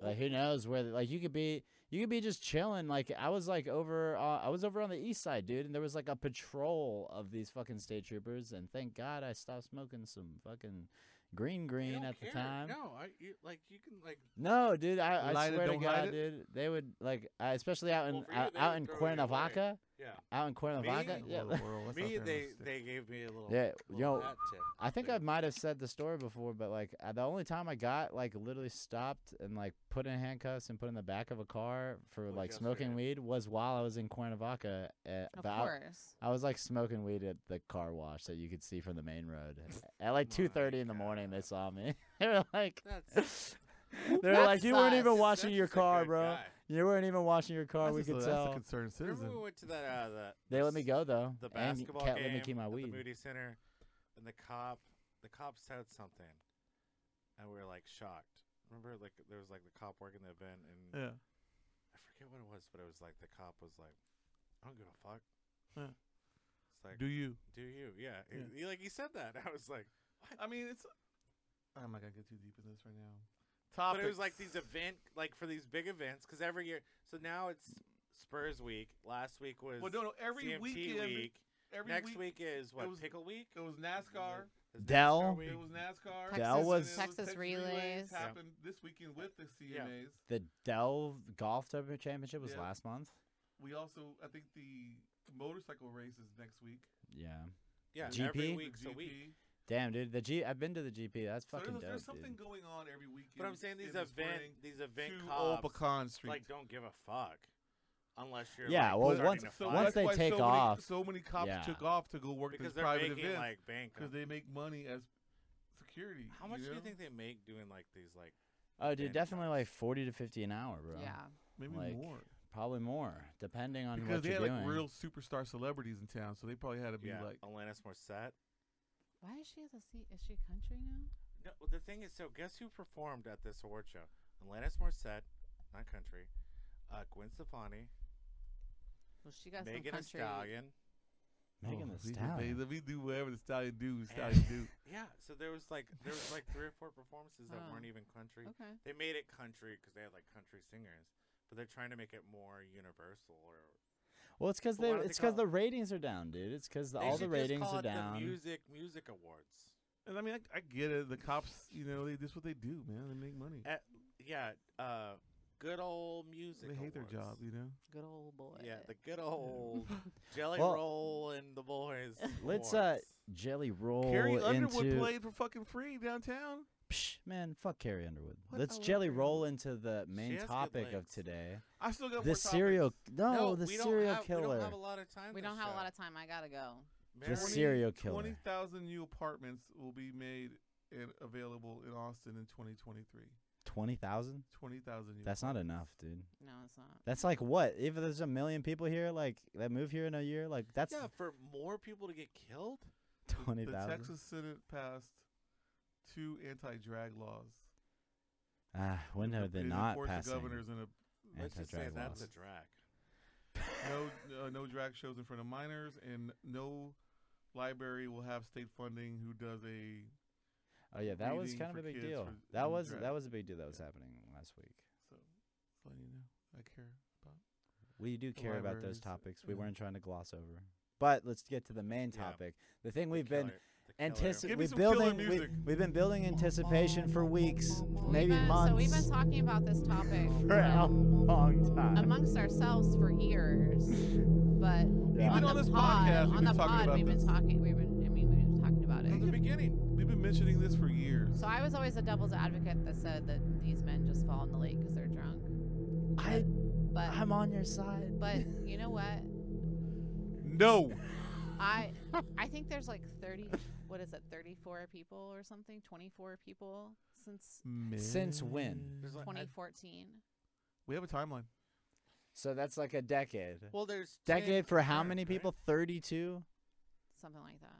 like who knows where? Like you could be, you could be just chilling. Like I was like over, uh, I was over on the east side, dude, and there was like a patrol of these fucking state troopers. And thank God I stopped smoking some fucking green They green don't at the care. time. No, I you, like you can like No, dude, I, I Light it, swear to don't hide God, it? dude, they would like, I, especially out in Well, for you, out, they out would in throw you away. Cuernavaca, yeah. out in Cuernavaca, Me? yeah. Me, they they gave me a little Yeah, little yo, hat tip. I think I There. might have said the story before, but like uh, the only time I got like literally stopped and like put in handcuffs and put in the back of a car for Was like smoking weed was while I was in Cuernavaca. At, Of but I- course. I was like smoking weed at the car wash that you could see from the main road. At like My two thirty in the morning, they God. saw me. they were like, That's- they were like, That's you weren't even sus. washing That's your just a car, good bro. guy. You weren't even washing your car. That's we just a- could that's a tell. concerned citizen. Remember we went to that uh, the They let me go though, the and basketball kept game let me keep my at weed. the Moody Center, and the cop the cop said something, and we were like shocked. Remember, like there was like the cop working the event, and Yeah. I forget what it was, but it was like the cop was like, "I don't give a fuck." Yeah. It's like, Do you? do you? Yeah. Yeah. He- He, like he said that. I was like, I mean, it's. I'm not gonna get too deep in this right now. Topics. but it was like these event, like for these big events, because every year. So now it's Spurs week. Last week was Well, no, no. Every CMT weekend. week. Every Next week, week, is what it was- pickle week. It was Is it NASCAR. NASCAR Dell. week? It was NASCAR. That and was- it Texas Relays. Yeah. happened this weekend with the CMAs. Yeah. The Dell Golf Tour Championship was Yeah. last month. We also, I think the motorcycle race is next week. Yeah. Yeah, GP? every week's the a week. Damn, dude. The G. I've been to the GP. That's So fucking there's, dope, there's something dude. going on every weekend. But I'm saying these in the event, spring these event to Old cops, Pecan Street. like don't give a fuck, unless you're Yeah, like, well, starting once- to so fight. once that's they why take so off- many, so many cops Yeah. took off to go work because these they're private making events like bank. because on- they make money as security. How much you do you know? think they make doing like these like? Oh, dude, event definitely cops? like forty to fifty an hour, bro. Yeah. Maybe like, more Probably more, depending on because what they you're had doing. Oh, like real superstar celebrities in town, so they probably had to be yeah, like Alanis Morissette. Why is she at the seat? Is she country now? No, well, the thing is, so guess who performed at this award show? Alanis Morissette, not country. Uh, Gwen Stefani, Well, she got Megan Thee some country. Stallion. Megan oh, we the do- Stallion. They, let me do whatever the stallion do. And- Stallion do. Yeah, so there was like there was like three or four performances that Oh. weren't even country. Okay. They made it country because they had like country singers, but they're trying to make it more universal. Or Well, it's because But why they. don't they It's because call it- the ratings are down, dude. It's because They all the should just ratings call are it the down. music music awards. And I mean, I, I get it. The cops, you know, they, that's what they do, man. They make money. Uh, yeah, uh, good old music. They hate their awards. job, you know. Good old boy. Yeah, the good old Jelly Well, Roll and the boys. let's, uh, awards. Jelly roll Carrie Underwood into played for fucking free downtown. Psh, man, fuck Carrie Underwood. What? I Let's love jelly Carrie roll into the main has good topic of legs. today. I still got The more serial topics. no, the we don't serial have- We killer. don't have a lot of time. we this don't have a show. lot of time. I gotta go. The Mary, Twenty- serial killer. Twenty thousand new apartments will be made and available in Austin in 2023. Twenty thousand? Twenty thousand new. That's not enough, dude. No, it's not. That's like what? If there's a million people here, like that move here in a year, like that's yeah, for more people to get killed. twenty The thousand. Texas Senate passed two anti-drag laws. Ah, when It- are they it not enforced passing? The governors in a Let's just say Anti-drag that's a laws. drag. no uh, no drag shows in front of minors, and no library will have state funding who does a. Oh yeah, that was reading kind of for a big kids deal. for- That in was drag. that was a big deal that was happening last week. So, just letting you know, I care about. We do The care about libraries, those topics. We yeah. weren't trying to gloss over. But let's get to the main Yeah. topic. The thing The we've been killer- the killer. Give anticipating me we've some killer building we, music. we've been building anticipation for weeks, maybe we've been, months. So we've been talking about this topic for a long time. amongst ourselves for years, Yeah. but Even on, on the this pod, podcast, we've been on the talking pod, about we've this. been talking. We've been. I mean, we've been talking about From it. the beginning. We've been mentioning this for years. So I was always the devil's advocate that said that these men just fall in the lake because they're drunk. I But I'm on your side. but you know what? No, I I think there's like 30. What is it? 34 people or something? 24 people since Since when? There's like, I, 2014. We have a timeline. So that's like a decade. well, there's decade 10 for how current, many right? people? 32. Something like that.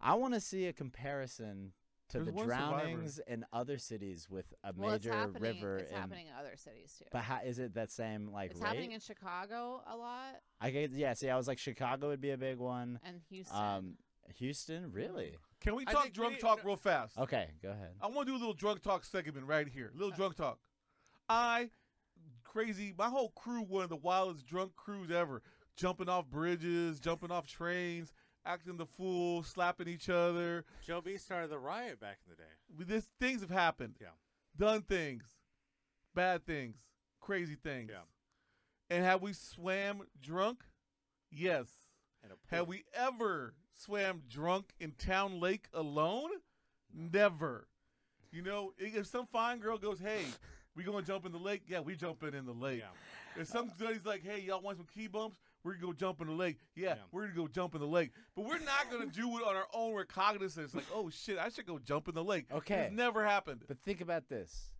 I want to see a comparison to There's the one survivor. drownings in other cities with a well, it's major happening. river. It's and- happening in other cities too. But how, is it that same like it's rate? happening in Chicago a lot I guess, yeah. See, I was like Chicago would be a big one. and Houston. Um, Houston, really? Can we I talk think we drunk need- talk no- real fast? Okay, go ahead. I want to do a little drunk talk segment right here. Uh. Little drunk talk. I crazy. My whole crew, one of the wildest drunk crews ever, jumping off bridges, jumping off trains, acting the fool, slapping each other. Joe B started the riot back in the day. We- This things have happened. Yeah. Done things, bad things, crazy things. Yeah. And have we swam drunk? Yes. In a pool. Have we ever swam drunk in town lake alone? Never. You know, i- if some fine girl goes, "Hey, we gonna jump in the lake?" Yeah, we jumping in the lake. Yeah. If some buddy's like, "Hey, y'all want some key bumps? We're gonna go jump in the lake." Yeah, Yeah. we're gonna go jump in the lake. But we're not gonna do it on our own recognizance. Like, oh shit, I should go jump in the lake. Okay. it's never happened. But think about this: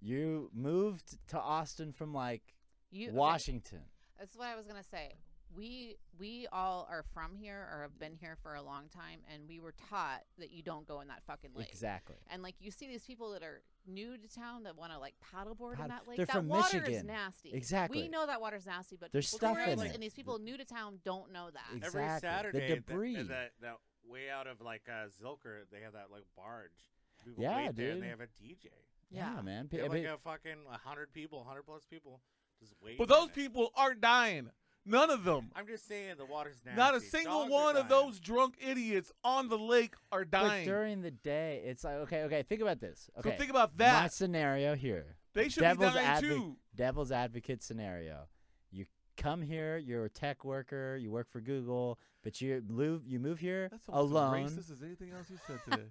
you moved to Austin from like you, okay, Washington. That's what I was gonna say. We we all are from here or have been here for a long time, and we were taught that you don't go in that fucking lake. Exactly. And like you see these people that are new to town that want to like paddleboard Paddle- in that lake. they're that from water is Michigan. nasty. Exactly. We know that water's nasty, but There's people stuff tourists in it. and these people new to town don't know that. Ex- Every Exactly. The Saturday, that- debris. That, that, that way out of like uh, Zilker, they have that like barge. People Yeah, wait there and they dude. have a DJ. Yeah, man. Pe- They have, like but- a fucking a hundred people, hundred plus people, just wait. But those people aren't dying. None of them. I'm just saying the water's nasty. Not a single Dogs are one of dying. those drunk idiots on the lake are But dying. during the day, it's like okay, okay. Think about this. Okay, So think about My that. scenario here. They should be dying advo- too. Devil's advocate scenario. You come here. You're a tech worker. You work for Google, but you move. You move here That's almost As alone. racist as anything else you said today.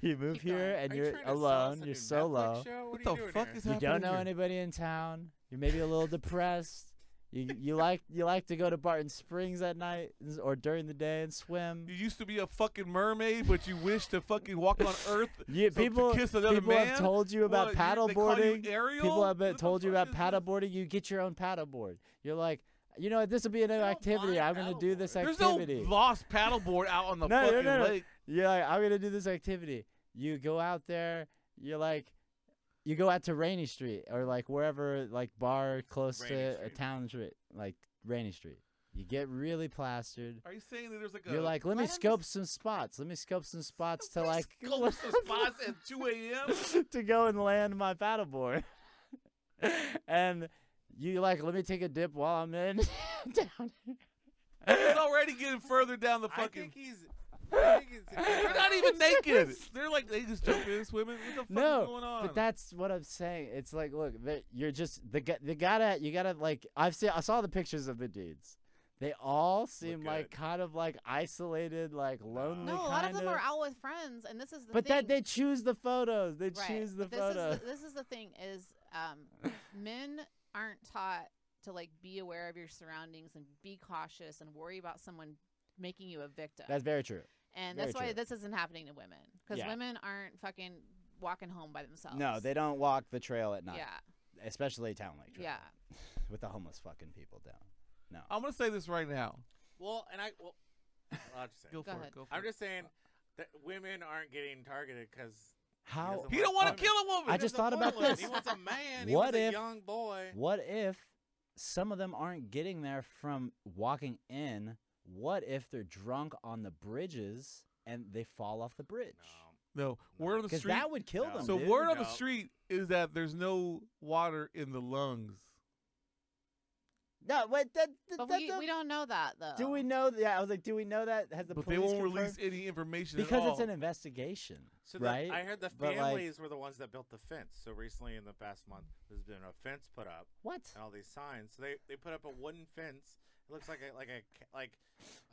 You move Keep going. here and Are you you're trying to sell us alone. a You're new so Netflix low. show? What, What are you the doing fuck here? is You don't happening know here? anybody in town. You're maybe a little depressed. You you like you like to go to Barton Springs at night s- or during the day and swim. You used to be a fucking mermaid, but you wish to fucking walk on Earth. Yeah, so to people kiss another people man? have told you about What, you- they call you paddleboarding. Ariel? People have been What the told you fuck about is this? paddleboard. You get your own paddleboard. You're like, you know, what, this will be a new don't activity. mind I'm gonna do this paddleboard. There's activity. no lost paddleboard out on the No, no, fucking no, no. lake. You're like, I'm gonna do this activity. You go out there. You're like, you go out to Rainy Street or like wherever, like bar close Rainey to a Street. town street, like Rainy Street. You get really plastered. Are you saying that there's like a You're like, let me let 'em scope some spots. Let me scope some spots to like go to spots at 2 a.m. to go and land my paddleboard. and you like, let me take a dip while I'm in down here. It's already getting further down the I fucking. think he's. I think it's- They're not even naked. They're like they just jump in, swimming. What the fuck No, is going on? But that's what I'm saying. It's like, look, that- you're just the gu- the gotta you gotta like I've seen I saw the pictures of the dudes. They all seem like good. kind of like isolated, like lonely. No, a lot of kind them are out with friends, and this is the But thing. that they choose the photos. They Right. choose the But this photo. Is the, this is the thing is um, men aren't taught to like be aware of your surroundings and be cautious and worry about someone making you a victim. that's very true. and very that's why true. this isn't happening to women because Yeah. women aren't fucking walking home by themselves. No, they don't walk the trail at night, Yeah, especially Town Lake Trail yeah. with the homeless fucking people down. No, Oh, I'm gonna say this right now. Well, and I well, I'll just say Go, it. for ahead. it. Go for I'm it. just saying that women aren't getting targeted because how? doesn't He don't want Women. to kill a woman. I just thought about this. He wants a man. he What wants a if- young boy? What if some of them aren't getting there from walking in? What if they're drunk on the bridges and they fall off the bridge? no. Word on the Because street. that would kill No. them. so dude. word on the No. street is that there's no water in the lungs. No, wait. That, that, But that- we, that- we don't know that though. Do we know? Yeah, I was like, do we know that? Has the but they police won't confirmed? release any information at because it's all. an investigation, So the- right? I heard the But, like- families were the ones that built the fence. So recently, in the past month, there's been a fence put up what? and all these signs. So they, they put up a wooden fence. It looks like a like a ca- like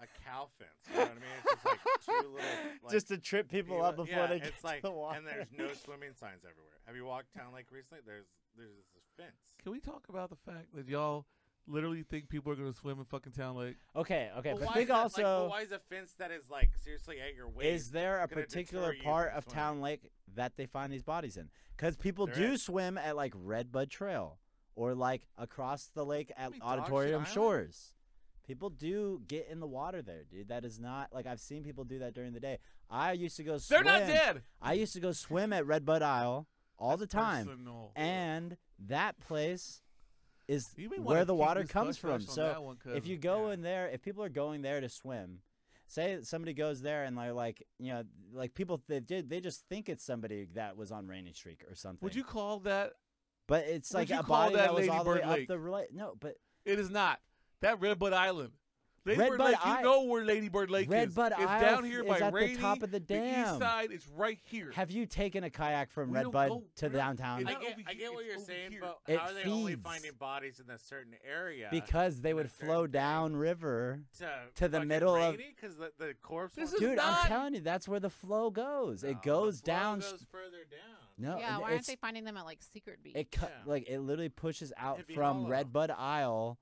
a cow fence. You know what I mean? It's just like two little like, Just to trip people up before yeah, they it's get like, to the water. and there's no swimming signs everywhere. Have you walked down Lake recently? There's there's this fence. Can we talk about the fact that y'all literally think people are gonna swim in fucking Town Lake? okay, okay, But but why think is that, like, also. but why is a fence that is like seriously at your waist? Is there a gonna particular deter you part from of swimming. Town Lake that they find these bodies in? Because people There do is. swim at like Redbud Trail or like across the lake at mean, Dog Shit Auditorium Island? Shores. People do get in the water there, dude. That is not like I've seen people do that during the day. I used to go They're swim. not dead. I used to go swim at Redbud Isle all the time, Personal. and that place is You may wanna where the keep water this hush-hush comes from. on So that one, if 'cause- you go yeah. in there, if people are going there to swim, say that somebody goes there and they're like, you know, like people they did, they just think it's somebody that was on Rainy Streak or something. would you call that? But it's would like you a call body that that, was Lady all the way Bird Lake? up the rela- No, but It is not that Redbud Island. Ladybird Redbud Lake, I- you know where Ladybird Lake is. Redbud it's Isle down here is by at the Rainy, top of the dam. east side, it's right here. have you taken a kayak from We don't Redbud go- to we're not- downtown? it's I not get, over I here, get what it's you're over saying, here. but It how are they only feeds. finding bodies in a certain area? because they would That's flow very big. down river. to, to the middle of- because the, the corpse. This was- is Dude, not- I'm telling you, that's where the flow goes. No, it goes the flow down. Goes further down. no, yeah, it- why aren't it's- they finding them at like Secret Beach? It cut Yeah. like it literally pushes out It'd be from hollow. Redbud Isle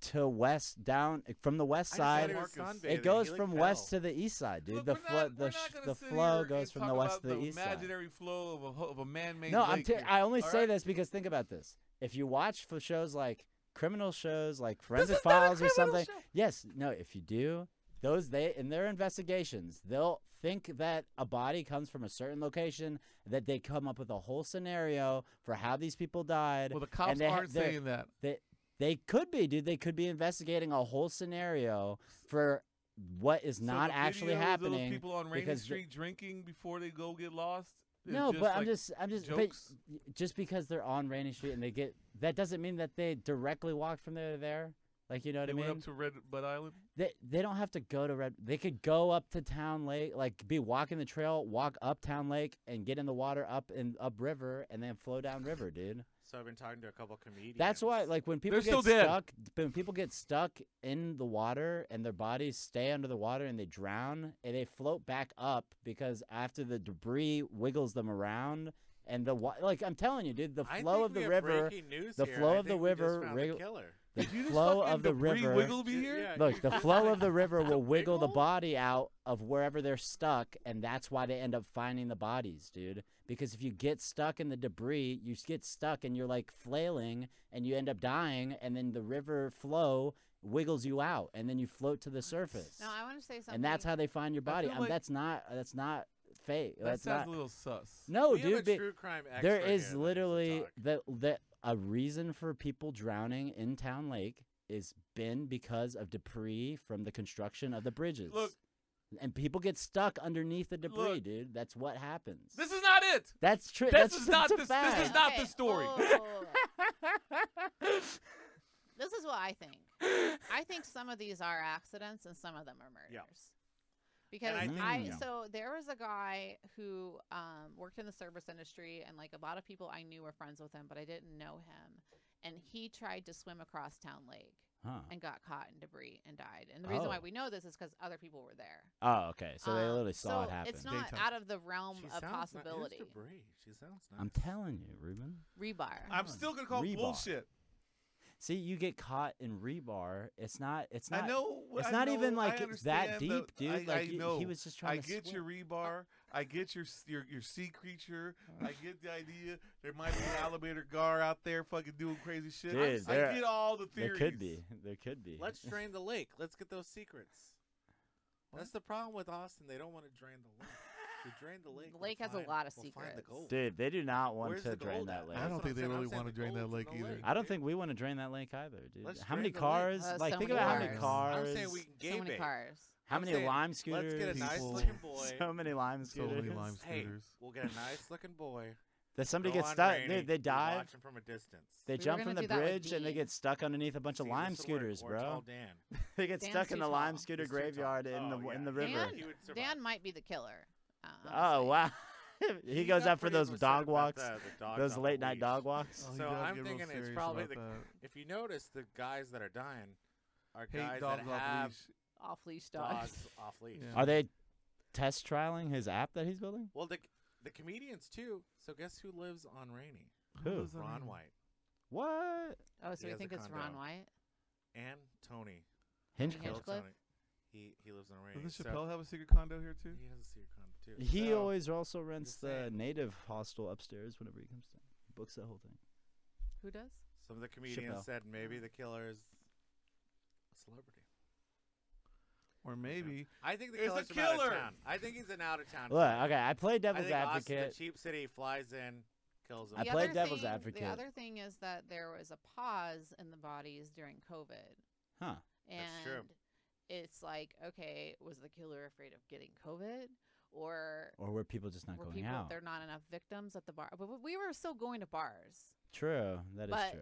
to west down from the west I just thought side. he was Marcus. sunbathing. he It goes from west to the east side, dude. Look, the we're flow not- we're the, not sh- gonna the sit flow here goes and from the talk west to about the east side. imaginary flow of a ho- of a man-made. No, I'm lake t- here. I only All say right? this because think about this. If you watch for shows like criminal shows like This Forensic is not a Files or criminal something, show. yes, no, if you do, those they in their investigations, they'll think that a body comes from a certain location, that they come up with a whole scenario for how these people died. Well, the cops and they ha- aren't they're- saying that. They they could be, dude. They could be investigating a whole scenario for what is So not the videos actually Of happening. those people on Rainy because the- Street drinking before they go get lost. is no, but I'm like just I'm just but jokes. y- just because they're on Rainy Street and they get that doesn't mean that they directly walk from there to there. Like you know what They I mean? went up to Redbud Island. they they don't have to go to Red. They could go up to Town Lake, like be walking the trail, walk up Town Lake, and get in the water up and up river, and then flow down river, dude. So I've been talking to a couple comedians. That's why, like, when people They're still get dead. stuck, when people get stuck in the water and their bodies stay under the water and they drown, and they float back up because after the debris wiggles them around, and the wa- like, I'm telling you, dude, the I flow think of we the have river, breaking news the here. flow I of the think we just river found the regu- killer. the Did you just flow fucking of the debris river. Wiggle me Ju- here. yeah, Look, you the just flow like- of the river will wiggle the wiggle? body out of wherever they're stuck, and that's why they end up finding the bodies, dude. Because if you get stuck in the debris, you s- get stuck and you're like flailing, and you end up dying, and then the river flow wiggles you out, and then you float to the surface, no, I want to say something. and that's how they find your body. feel Um, like- that's not that's not fake. That that's sounds not. a little sus. no, we have Oh, dude. a be- true crime expert there here is that needs to literally talk. the the a reason for people drowning in town lake is been because of debris from the construction of the bridges. Look. and people get stuck underneath the debris, Look. dude. That's what happens. This is not it. that's true. this that's is not that's this- a this is fact. It's not the story. oh. this is what I think. I think some of these are accidents and some of them are murders. because I I, think- Yeah. so there was a guy who um, worked in the service industry and like a lot of people I knew were friends with him, but I didn't know him. And he tried to swim across town lake Huh. and got caught in debris and died. And the reason why Oh. we know this is because other people were there. Oh, okay. So they Um, literally saw so it happen. It's not Daytime. out of the realm She of sounds ni- it is possibility. debris. She sounds nice. I'm telling you, Ruben. Rebar. I'm on, still gonna call rebar. bullshit. See, you get caught in rebar. It's not. It's not. I know. It's I not know, even I like it's that understand the- deep, dude. I, like I you- know. he was just I trying to. get your swim. rebar. I get your s- your your sea creature. I get the idea there might be an alligator gar out there fucking doing crazy shit. I- Dude, I, there- get all the There theories. could be. There could be. Let's drain the lake. Let's get those secrets. That's the problem with Austin. They don't want to drain the lake. We drain the lake. The we'll lake has a find- lot of we'll find the secrets. gold. dude. They do not want Where's to the drain gold that at? lake. I That's don't what think I'm they saying. really I'm saying wanna the drain that gold's in lake the either. I don't dude. think we want to drain that lake either, dude. Let's how many drain the lake. cars? Uh, like, so think many about how many cars. cars. I'm saying we can so many gay bait. cars. how I'm many saying, lime scooters? Let's get a nice People- looking boy. so many lime So scooters. many lime hey, scooters. we'll get a nice looking boy. That somebody Go gets on stuck. Rainy, Dude, they we dive. Watch him from a distance. They We were jump gonna from the do that with bridge and they Dean. get stuck underneath a bunch of See, lime this'll work. scooters, Or bro. tall Dan. They get Dan's stuck in too the lime tall. scooter He's too tall. graveyard in the Oh, yeah. in the river. Dan- He would survive. Dan might be the killer. Uh, Oh honestly. wow. he He goes got out for pretty those upset dog about walks, the- the dogs those on the late night leash. dog walks. Oh, he so does I'm get real thinking it's serious probably about that. If you notice, the guys that are dying are Hate guys that dogs off have leash. Off leash dogs. dogs off leash. Yeah. Are they test trialing his app that he's building? Well, the the comedians too. So guess who lives on Rainy? Who? does that Ron mean? White What? Oh, so He you has a think it's Ron condo. White? and Tony. Hinchcliffe. Bill Hinchcliffe? Tony. He he lives on Rainy. Doesn't so Chappelle have a secret condo here too? he has a secret condo too. He So, always also rents the saying. native hostel upstairs whenever he comes down. He books that whole thing. Who does? Some of the comedians Chappelle. said maybe the killer is a celebrity. Or maybe I think the It's a killer's from out of killer! town. I think he's an out of town. Look, okay, I play I devil's think Austin, advocate. the cheap city flies in, kills him. I The played other devil's thing- advocate. The other thing is that there was a pause in the bodies during COVID. Huh. And That's true. it's like, okay, was the killer afraid of getting COVID? Or Or were people just not were going people, out? there not enough victims at the bar? But we were still going to bars. True. That is But- true.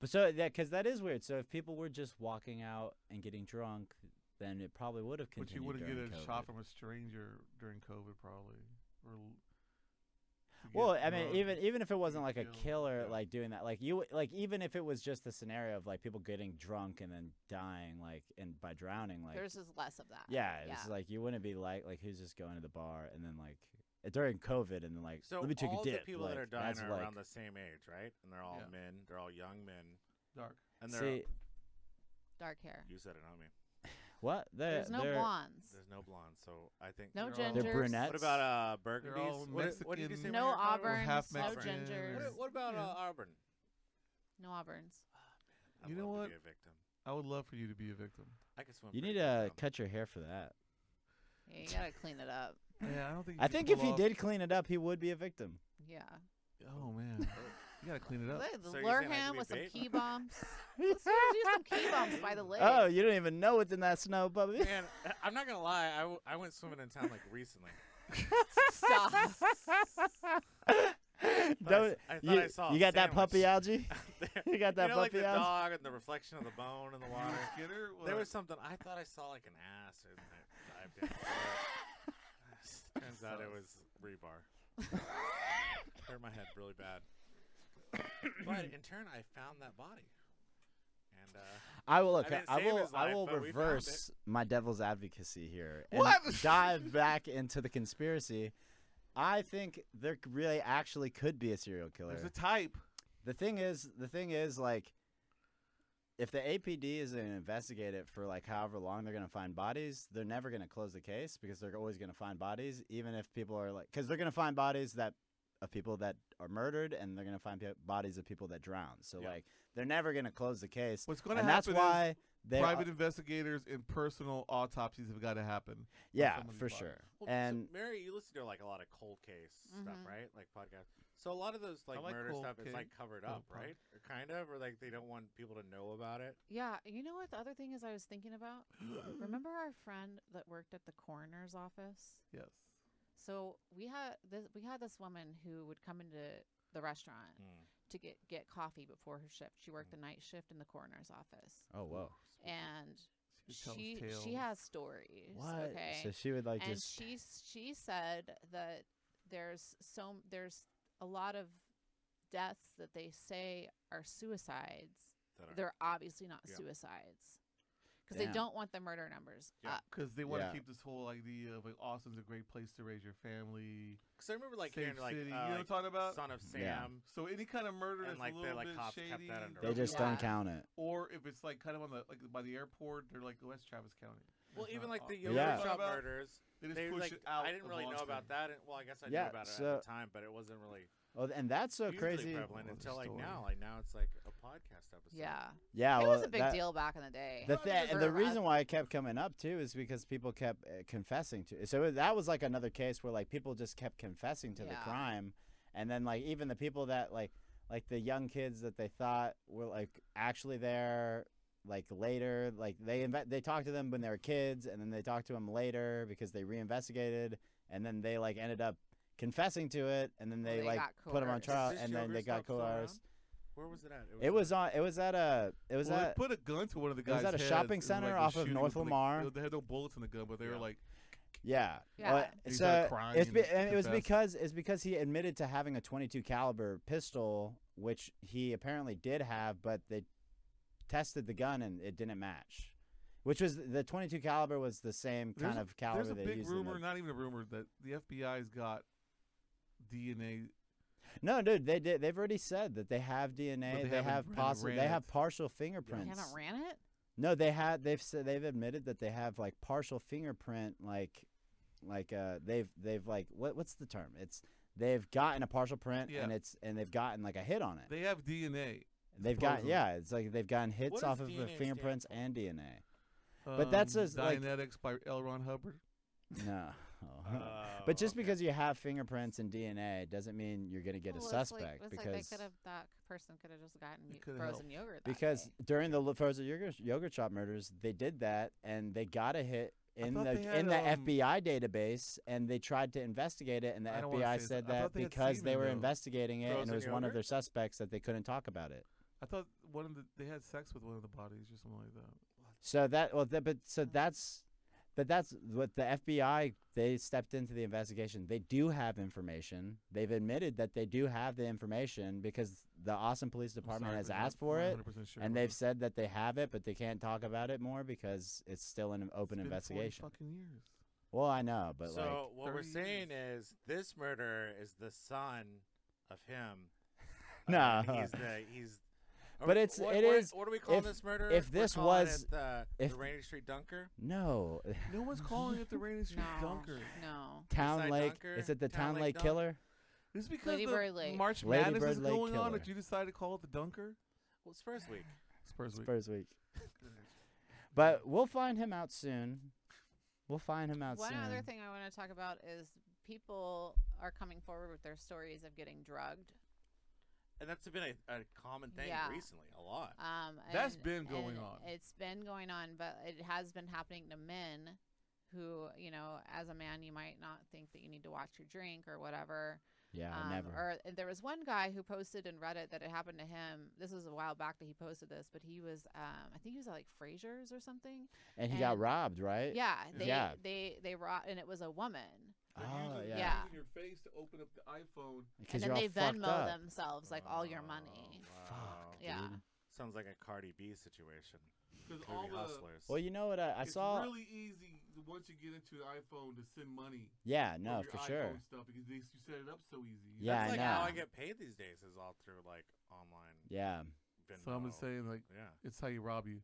But so that because that is weird. So if people were just walking out and getting drunk, then it probably would have but continued. you wouldn't get during a shot COVID. from a stranger during COVID probably. Or l- to get Well, I mean, drugged. even even if it wasn't like a killed, killer, yeah. like doing that, like you, like even if it was just the scenario of like people getting drunk and then dying, like and by drowning, like There's just less of that. yeah, it's like you wouldn't be like like who's just going to the bar and then like eh, during COVID and then like So let me take all a dip. the people like, that are dying that's are like, around the same age, right? And they're all Yeah. men. They're all young men. dark. And they're see Dark hair. you said it, not me. what they're, There's no they're, blondes. There's no blonde, so I think No They're all- gingers. They're brunette. What about uh burgundies? all What, did- what did you Mexican- say? when No you were talking We're about- Auburn, half no Mexican. gingers. What, what about Yeah. uh, Auburn? No Auburns. I'd You know love to what? Be a victim. I would love for you to be a victim. I could swim. You pretty need good, to though. cut your hair for that. Yeah, you gotta clean it up. Yeah, I don't think. I could think pull if he off- did clean it up, he would be a victim. Yeah. Oh man, you gotta clean it up. Look, So you're lure saying I could him be with some bait? key bumps. Let's do some key bumps by the lake. Oh, you don't even know what's in that snow, puppy. Man, I- I'm not gonna lie. I, w- I went swimming in town like recently. Stop. I don't, s- I thought you, I saw a you got that puppy sandwich. algae? There- You got that you know, like puppy the out? dog and the reflection of the bone in the water. Skinner, There what? was something I thought I saw like an ass. Or I dived in. Turns out it was rebar. Hurt my head really bad. But in turn, I found that body. And uh, I will look. didn't I save will. his I life, will but we found it. reverse my devil's advocacy here and What? dive back into the conspiracy. I think there c- really actually could be a serial killer. There's a type. the thing is, the thing is, like, if the APD is going to investigate it for like however long they're going to find bodies, they're never going to close the case because they're always going to find bodies, even if people are like, because they're going to find bodies that of people that are murdered, and they're going to find pe- bodies of people that drown. So Yeah. like, they're never going to close the case What's gonna and happen? that's why they uh, is private are- investigators and personal autopsies have got to happen. yeah someone's for body. sure well, so, and Mary, you listen to like a lot of cold case stuff, Mhm. right? Like podcasts. So a lot of those like, like murder cold stuff is like case- covered cold up, pod- right? Or kind of, or like they don't want people to know about it. Yeah, you know what the other thing is I was thinking about? Remember our friend that worked at the coroner's office? Yes. So we had this we had this woman who would come into the restaurant Mm. Hmm. Oh, to get, get coffee before her shift. She worked the night shift in the coroner's office. oh whoa And It tells she tales. she has stories. What? Okay. So she would like and just she s- she said that there's so there's a lot of deaths that they say are suicides. That are- They're obviously not Yeah. suicides because they Damn. don't want the murder numbers Uh, Yeah. up. because they want to Yeah. keep this whole idea of like Austin's a great place to raise your family, Cause I remember like safe hearing like, city. you uh, know what I'm like, talking about? Son of Sam. Yeah. So any kind of murder And, that's like, a they're, little like, bit cops kept that shady, under they they'll be just like- don't Yeah. count it. Or if it's like kind of on the like by the airport, they're like, oh, that's Travis County. Well, That's even not like the Austin. You know what I'm Uh, Yeah. Yellow talking Shop about? murders, They just they push like it out. I didn't of really know Austin. about that. and- Well, I guess I Yeah, knew about it so- at the time, but it wasn't really Oh, and that's so hugely crazy. prevalent Another until like story. now. Like now, it's like a podcast episode. Yeah, Yeah, it well, was a big that- deal back in the day. The Well, I mean, thi- it's and the for us. reason why it kept coming up too is because people kept uh, confessing to. it. So it- that was like another case where like people just kept confessing to the Yeah. crime, and then like even the people that like like the young kids that they thought were like actually there like later like they inve- they talked to them when they were kids and then they talked to them later because they reinvestigated and then they like ended up confessing to it and then Well, they, they like got put them on coerced. trial Is this and then they Yogurt got Stop still around? coerced Where was it at? it was on it was at a it was Well, at they put a gun to one of the it was guys. at a heads, shopping and, center like, the off of shooting North was, like, Lamar. they- They had no bullets in the gun, but they were Yeah. like, Yeah. Yeah. He started so crying it's be, and and it was confessed. because it's because he admitted to having a 22 caliber pistol, which he apparently did have, but they tested the gun and it didn't match. Which was the 22 caliber was the same There's kind a- of caliber there's a they big used. in the- rumor, not even a rumor, that the FBI's got DNA. no, dude, they did. They've already said that they have But DNA. they they haven't have ran- possible. ran They it. have partial They fingerprints. haven't ran it. No, they had. They've said they've admitted that they have like partial fingerprint, like, like uh, they've they've like what what's the term? It's they've gotten a partial print Yeah. and it's and they've gotten like a hit on it. They have DNA. They, have got supposedly. yeah, it's like they've gotten hits What does off of DNA the stand fingerprints for? and DNA. But that's Um, just, like- Dianetics by L. Ron Hubbard. No. Oh, but just okay. because you have fingerprints and DNA doesn't mean you're going to get Well, a it's suspect like, it's like because they could have that person could have just gotten It yo- coulda frozen yogurt. That because day. during the Frozen yogurt, yogurt shop murders, they did that and they got a hit in thought the they had, in the um, FBI database, and they tried to investigate it, and the I don't wanna FBI say said that. I that thought they had because they semen, were though. investigating it, and Frozen it was one of yogurt? their suspects that they couldn't talk about it. I thought one of the they had sex with one of the bodies or something like that. So that well, that, but so Oh. that's. But that's what the FBI they stepped into the investigation. They do have information. They've admitted that they do have the information because the Austin Police I'm Department sorry, has but I'm not asked for it. 100% sure and about they've this. said that they have it, but they can't talk about it more because it's still an It's open been 40 investigation. Fucking years. Well, I know, but so like, what we're 30 saying is this murderer is the son of him. Nah. and he's the he's. or But it's- what, it what, is- What do we call if- this murderer? if We're this calling was- it the, if- the Rainy Street Dunker. no, No one's calling it the Rainy Street no, Dunker. no. Town Eastside Lake. Dunker, Is it the Town, Town Lake Lake Dunk- Killer? This is because Lady the Bird Lake. March Lady Madness Bird is Lake going on Killer. that you decided to call it the Dunker. Well, it's first week. Spurs week. Spurs week. But we'll find him out soon. We'll find him out One soon. other thing I want to talk about is people are coming forward with their stories of getting drugged. And that's been a, a common thing Yeah. recently, a lot. Um, That's and- been going and on. It's been going on, but it has been happening to men who, you know, as a man, you might not think that you need to watch your drink or whatever. Yeah, um, never. Or and there was one guy who posted in Reddit that it happened to him. This was a while back that he posted this, but he was, um, I think he was at like Frasers or something. and he got and- robbed, right? Yeah, they Eh, Yeah. they they robbed, and it was a woman. Oh using, yeah. Yeah. using your face to open up the iPhone. Because and you're then all they fucked Venmo up. themselves like all your Oh, money. wow. Fuck, Yeah. dude. Sounds like a Cardi B situation. Because all Cardi the hustlers. Well, you know what I, I it's saw? really easy once you get into an iPhone to send money. yeah, from no, your for iPhone sure. Stuff because they, you set it up so easy. Yeah, that's I like how know. I get paid these days is all through like online. Yeah, Venmo. So I'm just saying, like, Yeah. it's how you rob you.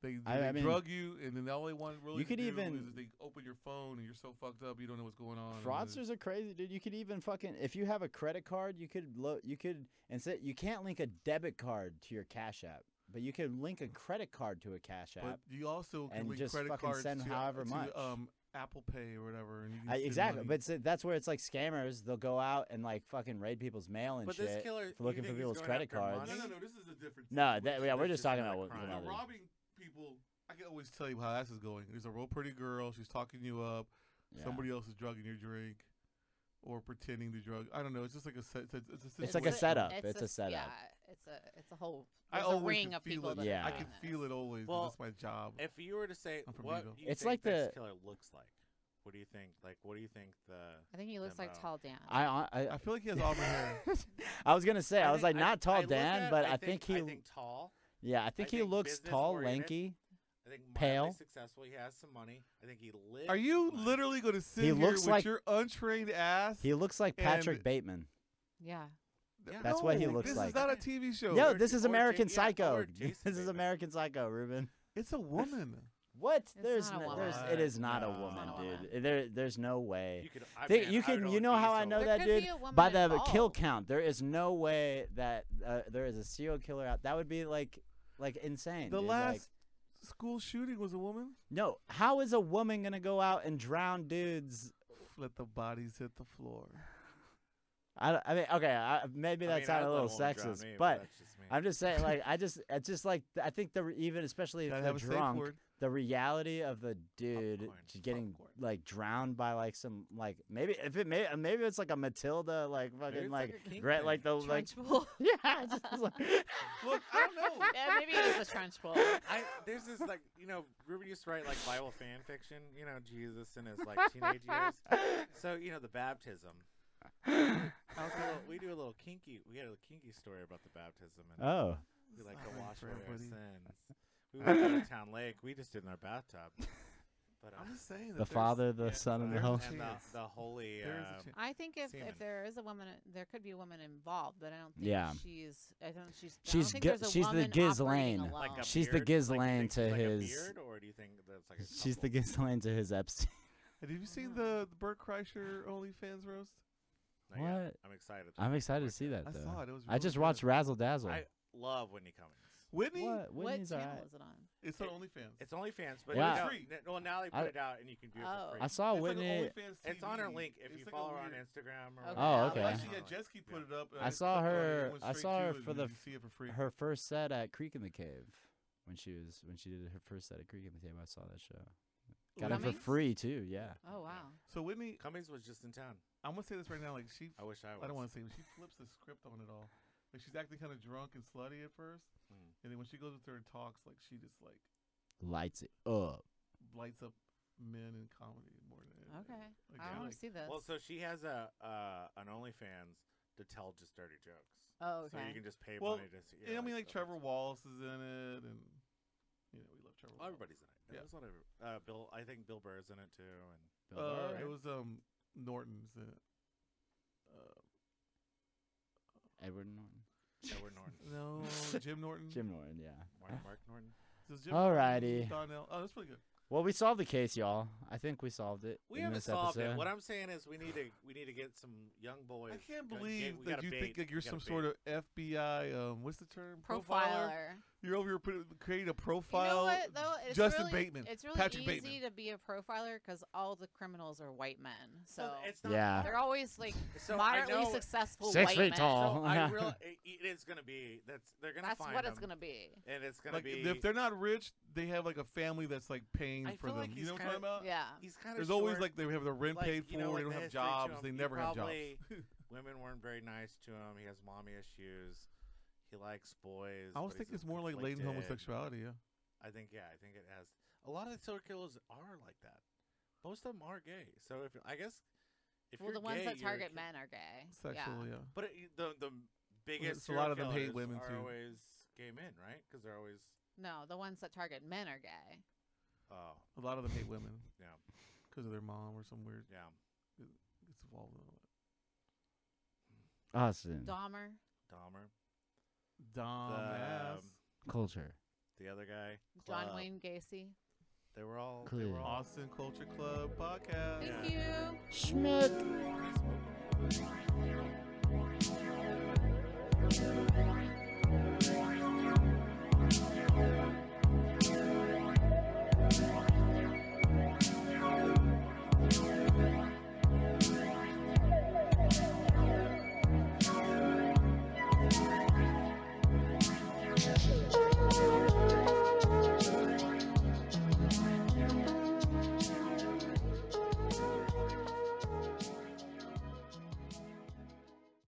They, I- they I mean, drug you, and then all they want really you to could do even- is they open your phone, and you're so fucked up, you don't know what's going on. and then- Fraudsters are crazy, dude. You could even fucking if you have a credit card, you could lo- you could instead you can't link a debit card to your Cash App, but you could link a credit card to a Cash But App. you also can and link just credit fucking cards send to, however to, much. um, Apple Pay or whatever. And you can I, send exactly, money. but so that's where it's like scammers. They'll go out and like fucking raid people's mail and But shit, this killer, you looking think for he's people's going credit after cards. no, money? no, no. This is a different. No, situation. that, yeah, we're that's just just talking another about what. crime. Now, Another- robbing people, I can always tell you how this is going. There's a real pretty girl. She's talking you up. yeah. Somebody else is drugging your drink. or pretending to drug. I don't know. It's just like a set. It's, a- it's, a It's like a situation. setup. It's a s- setup. Yeah, it's a it's a whole I there's a always ring can of feel people. it. That Yeah. are I doing can this. feel it always. 'cause Well, that's my job. If you were to say I'm from what Mexico. you It's think like this the- killer looks like, what do you think? Like, what do you think the? I think he looks like Demo. Tall Dan. I I, I, I feel like he has auburn hair. I was gonna say I, was think- like not I tall look Dan, at- but I think, he I think tall. yeah I think he think looks tall, business-oriented. lanky. I think Pale. mildly successful. He has some money. I think he lives. Are you life. literally going to sit He here looks with like- your untrained ass? He looks like Patrick And- Bateman. yeah. Th- Yeah. That's what he no, looks this like. is not a TV show. Yo, or this Ja- is or Ja- American yeah, or Psycho. Jason This is Bateman. American Psycho, Ruben. It's a woman. What? It's there's not a no, woman. there's it is not a What? woman, No. dude. There there's no way. You could. I, Think- man, you I would can- only you know be how I so know low. that, there could dude, Be a woman By the involved. kill count, there is no way that uh, there is a serial killer out. That would be like like insane. The dude. last Like, school shooting was a woman. no, how is a woman gonna go out and drown dudes? Let the bodies hit the floor. I, don't- I mean, okay, I, maybe I that mean, sounded I'd a let little woman drown sexist, me, but that's just me. I'm just saying, like, I just, I just like, I think the re- even especially if Gotta they're have a safe drunk, word. the reality of the dude Popcorn, j- getting popcorn. like drowned by like some like maybe if it may maybe it's like a Matilda like fucking it's like like a kink gra- thing. like the like Trench pool. yeah I just was like Look, I don't know. yeah, maybe it is a trench pool. I there's this like you know Ruben used to write like Bible fan fiction. You know Jesus in his like teenage years. So you know the baptism. I was a little, we do a little kinky. We had a kinky story about the baptism and oh we like to Sorry wash for away our everybody. sins. We went to town lake. We just did in our bathtub. But uh, I'm just saying. That the there's- Father the yeah, Son and the there's Holy a and the, chance. the holy. There is a um, chance. I think if, Semen. if there is a woman, there could be a woman involved, but I don't think Yeah. she's. I don't. She's. I She's don't think gi- there's a she's the woman Giz operating Lane. like a alone. She's the beard? Giz Like, do you Lane think to she's like a his- beard, or do you think that's like a she's the couple? Ghislaine to his Epstein And have you seen Mhm. the, the Bert Kreischer OnlyFans roast? Not yet. What? I'm excited. for I'm it. excited to Watch see that I though saw it. It was. I really just good. watched Razzle Dazzle I love Whitney Cummings. Whitney. what What Whitney's channel alright is it on? It's on It- OnlyFans. It's OnlyFans, but Wow. now, Free. n- well, now they put I- it out and you can view it Oh. for free. I It's like saw an Whitney OnlyFans It's on her TV. link if you It's like a follow her on weird- Instagram. Or Okay. Oh, Yeah, okay. Actually, yeah, Jessica put it up. and I just saw clicked on it, and her- it went I straight saw to her it, and for you the can f- See it for free. her first set at Creek in the Cave when she was when she did her first set at Creek in the Cave. I saw that show. Got it for Cummings? free too. Yeah. Oh wow. So Whitney, Cummings was just in town. I'm gonna say this right now. Like she, I wish I was. I don't want to say, but she flips the script on it all. Like she's acting kind of drunk and slutty at first, Mm. and then when she goes up there and talks, like she just like Lights it up. lights up men in comedy more than anything. Okay. Like, I yeah, like, want to see this. Well, so she has a uh, an OnlyFans to tell just dirty jokes. oh So okay. you can just pay Well, money to see. yeah, I mean, like so- Trevor Wallace is in it, and you know we love Trevor. Oh, Wallace. everybody's in it. Yeah. There's a lot of uh, Bill. I think Bill Burr's in it too. And Bill Burr, Uh, right? it was um Norton's in it. Uh, Edward Norton. Edward Norton, no, Jim Norton. Jim Norton. Yeah. Mark, Mark Norton. Does Jim Norton Alrighty. Donnell. Oh, that's pretty good. Well, we solved the case, y'all. I think we solved it. We in haven't this solved episode. it. What I'm saying is, we need to we need to get some young boys. I can't gotta get- believe we that gotta you bait- think like we you're gotta some bait. sort of FBI. Um, what's the term? Profiler. You're over here putting, creating a You profile. know what though? It's Justin really, Bateman, It's really Patrick easy Bateman. to be a profiler because all the criminals are white men. So Well, it's not Yeah. they're always like So I moderately know- successful Six white feet men. tall. So I real it, it is gonna be that's they're gonna That's find what it's him, gonna be. and it's gonna Like be if they're not rich, they have like a family that's like paying I for feel them. like you he's know what I'm kinda- talking about? Yeah. he's kind of There's short, always like they have their rent like, paid for. you know, they like don't the have history to jobs. him, They he never have jobs. probably- women weren't very nice to him. He has mommy issues. He likes boys. I was but he's thinking it's more like latent conflicted. homosexuality. Yeah. I think yeah, I think it has a lot of the serial killers are like that. Most of them are gay. So if I guess if Well, you're the ones gay, that you're a target ki- men are gay. Sexual. Yeah. Yeah. But it, the the biggest a lot serial of them hate killers women, are too. always gay men, right? Because they're always No, the ones that target men are gay. oh A lot of them hate women yeah because of their mom or some weird yeah. gets involved in all that. Austin. Dahmer. Dahmer, Dumb ass. um, Culture. the other guy, John Club. Wayne Gacy. They were all they Clue. were all Austin Culture Club podcast. Thank um, Yeah. you. Schmidt.